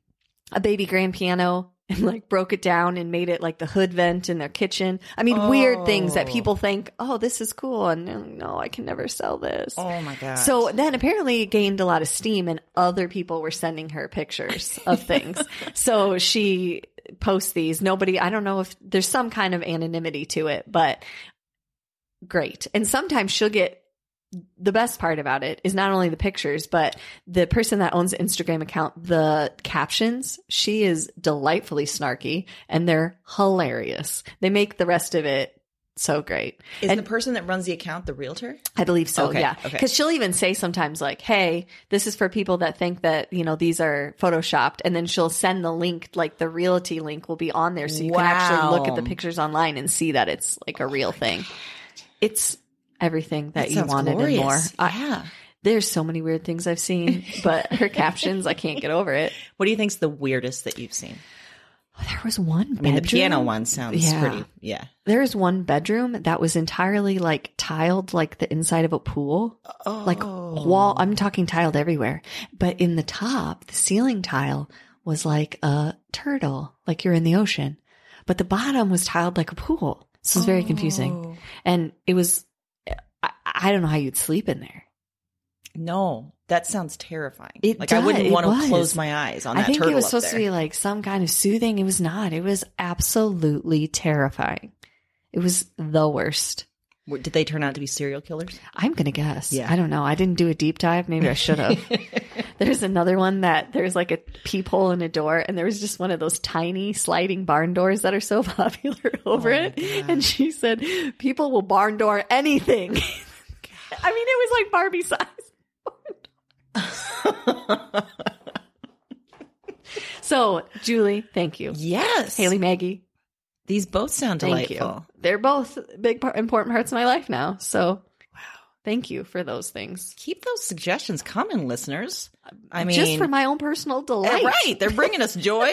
a baby grand piano and like broke it down and made it like the hood vent in their kitchen. I mean, weird things that people think, oh, this is cool. And no, no, I can never sell this. Oh my God. So then apparently it gained a lot of steam and other people were sending her pictures of things. so she posts these. Nobody, I don't know if there's some kind of anonymity to it, but great. And sometimes she'll get the best part about it is not only the pictures, but the person that owns the Instagram account, the captions, she is delightfully snarky and they're hilarious. They make the rest of it so great. is and- the person that runs the account the realtor? I believe so. Okay, Yeah. okay. Because she'll even say sometimes like, Hey, this is for people that think that, you know, these are Photoshopped. And then she'll send the link, like the realty link will be on there. So you can actually look at the Wow. Oh pictures online and see that it's like a real thing. It's everything that, you sounds wanted and more. glorious. I- yeah. there's so many weird things I've seen, but her captions, I can't get over it. What do you think's the weirdest that you've seen? There was one I mean, bedroom. the piano one sounds Yeah. pretty. Yeah. There is one bedroom that was entirely like tiled, like the inside of a pool, Oh. like wall. I'm talking tiled everywhere, but in the top, the ceiling tile was like a turtle, like you're in the ocean, but the bottom was tiled like a pool. This was very Oh. confusing, and it was. I, I don't know how you'd sleep in there. No, that sounds terrifying. It like does, I wouldn't it want was. to close my eyes on I that think turtle. it was up supposed to there. be like some kind of soothing. It was not. It was absolutely terrifying. It was the worst. What, Did they turn out to be serial killers? I'm gonna guess. Yeah. I don't know. I didn't do a deep dive. Maybe I should have. there's another one that there's like a peephole in a door, and there was just one of those tiny sliding barn doors that are so popular over Oh it. And she said, "People will barn door anything." I mean, it was like Barbie size. so, Julie, thank you. Yes. Haley, Maggie, These both sound Thank delightful. you. They're both big, par- important parts of my life now. So, wow. Thank you for those things. Keep those suggestions coming, listeners. I mean, just for my own personal delight. Yeah, right. They're bringing us joy.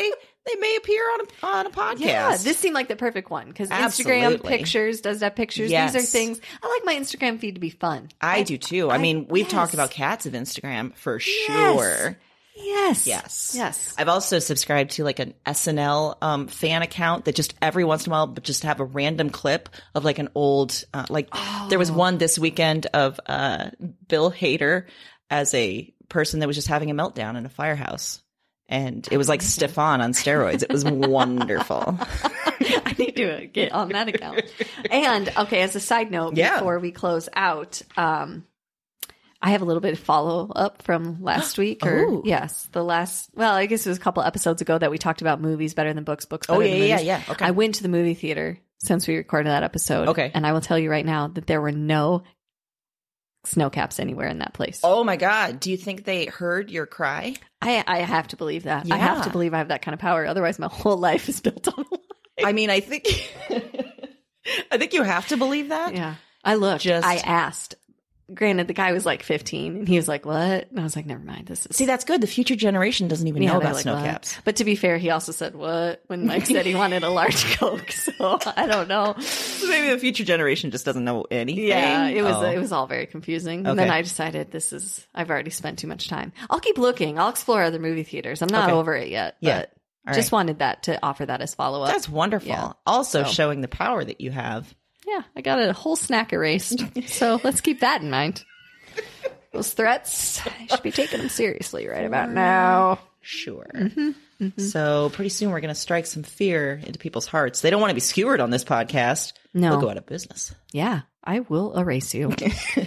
they may appear on a, on a podcast. Yeah, this seemed like the perfect one because Instagram Absolutely. pictures, does that pictures? These are Yes. things I like my Instagram feed to be fun. I do too. I, I- mean, we've yes. talked about cats of Instagram for sure. Yes. Yes. Yes. I've also subscribed to like an SNL um, fan account that just every once in a while, but just have a random clip of like an old, uh, like there was one this weekend of uh, Bill Hader as a person that was just having a meltdown in a firehouse. And it was like Stefan on steroids. It was wonderful. I need to get on that account. And okay, as a side note, Yeah. before we close out, um, I have a little bit of follow up from last week, or Oh. yes, the last. Well, I guess it was a couple episodes ago that we talked about movies better than books, books. Better Oh, than yeah, yeah, movies. yeah. Okay. I went to the movie theater since we recorded that episode. Okay. and I will tell you right now that there were no snow caps anywhere in that place. Oh my God. Do you think they heard your cry? I, I have to believe that. I have to Yeah. believe I have that kind of power. Otherwise, my whole life is built on. I mean, I think, I think you have to believe that. Yeah. I looked. Just- I asked. Granted, the guy was like 15 and he was like, what? And I was like, never mind. This is. See, that's good. The future generation doesn't even Yeah, know they're about like, snow "What?" caps. But to be fair, he also said, what? When Mike said he wanted a large Coke. So I don't know. Maybe the future generation just doesn't know anything. Yeah, it was Oh. it was all very confusing. And then Okay. I decided this is I've already spent too much time. I'll keep looking. I'll explore other movie theaters. I'm not Okay. over it yet. Yeah. But All just right. wanted that to offer that as follow up. That's wonderful. Yeah. Also So- showing the power that you have. Yeah, I got a whole snack erased. So let's keep that in mind. Those threats, I should be taking them seriously right about now. Sure. So pretty soon we're going to strike some fear into people's hearts. They don't want to be skewered on this podcast. No. They'll go out of business. Yeah, I will erase you.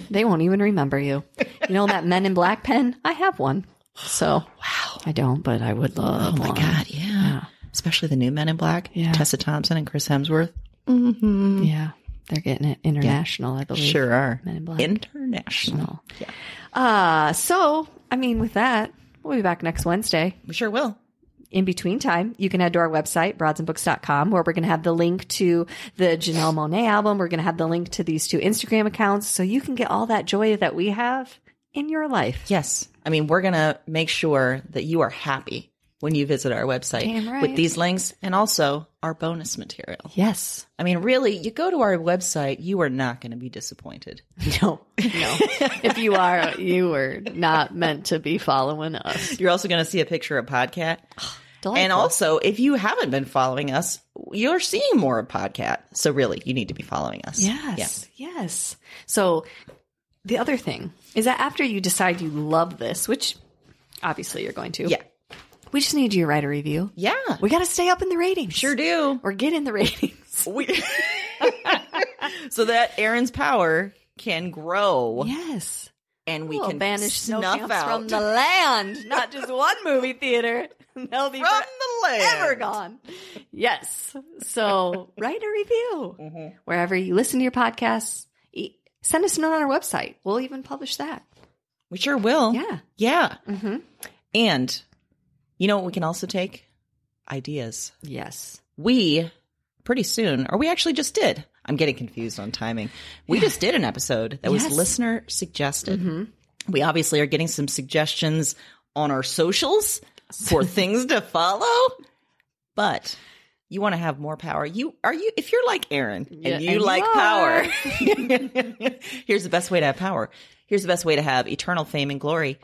they won't even remember you. You know that Men in Black pen? I have one. So wow, I don't, but I would love. Oh my God. Yeah. Especially the new Men in Black. Yeah. Tessa Thompson and Chris Hemsworth. Yeah, they're getting it international. I believe. Sure are. Men in Black. International. No. Uh, so I mean, with that, we'll be back next Wednesday. We sure will. in between time, you can head to our website, broadsandbooks.com, where we're going to have the link to the Janelle Monet album. We're going to have the link to these two Instagram accounts so you can get all that joy that we have in your life. Yes. I mean, we're going to make sure that you are happy when you visit our website Damn right. with these links and also our bonus material. Yes. I mean, really, you go to our website, you are not going to be disappointed. No, no. if you are, you were not meant to be following us. You're also going to see a picture of Podcat. Delightful. And also, if you haven't been following us, you're seeing more of Podcat. So, really, you need to be following us. Yes. Yes. So the other thing is that after you decide you love this, which obviously you're going to, Yeah. we just need you to write a review. Yeah. Yeah. We got to stay up in the ratings. sure do. Or get in the ratings. We- so that Aaron's power can grow Yes. and we We can can banish snow snuff camps out from the land, not just one movie theater. They'll be from the land. forever gone. Yes. So write a review Mm-hmm. wherever you listen to your podcasts. E- Send us a note on our website. We'll even publish that. We sure will. Yeah. Yeah. Mhm. And you know what we can also take? Ideas. Yes. we pretty soon, or we actually just did. I'm getting confused on timing. We just did an episode that Yes. Mm-hmm. was listener suggested. We obviously are getting some suggestions on our socials for things to follow. but you want to have more power. You are you if you're like Aaron and Yeah, you and you like are. power. here's the best way to have power. Here's the best way to have eternal fame and glory.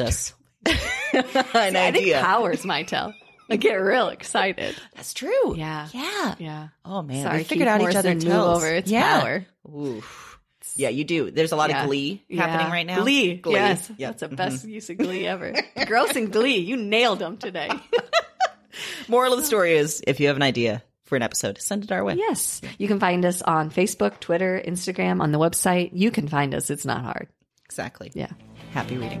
us an I think idea. powers my tell. I get real excited. That's true. Yeah. Yeah. Yeah. Oh man, Sorry, we figured out each Morrison, other move tells. over. It's yeah. power. Oof. Yeah, you do. There's a lot Yeah. of glee Yeah. happening right now. Glee. Glee. Yes. Yeah. Mm-hmm. That's the best use of glee ever. Gross and glee. You nailed them today. Moral of the story is if you have an idea for an episode, send it our way. yes. You can find us on Facebook, Twitter, Instagram, on the website. You can find us. It's not hard. Exactly. Yeah. Happy reading.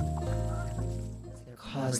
cause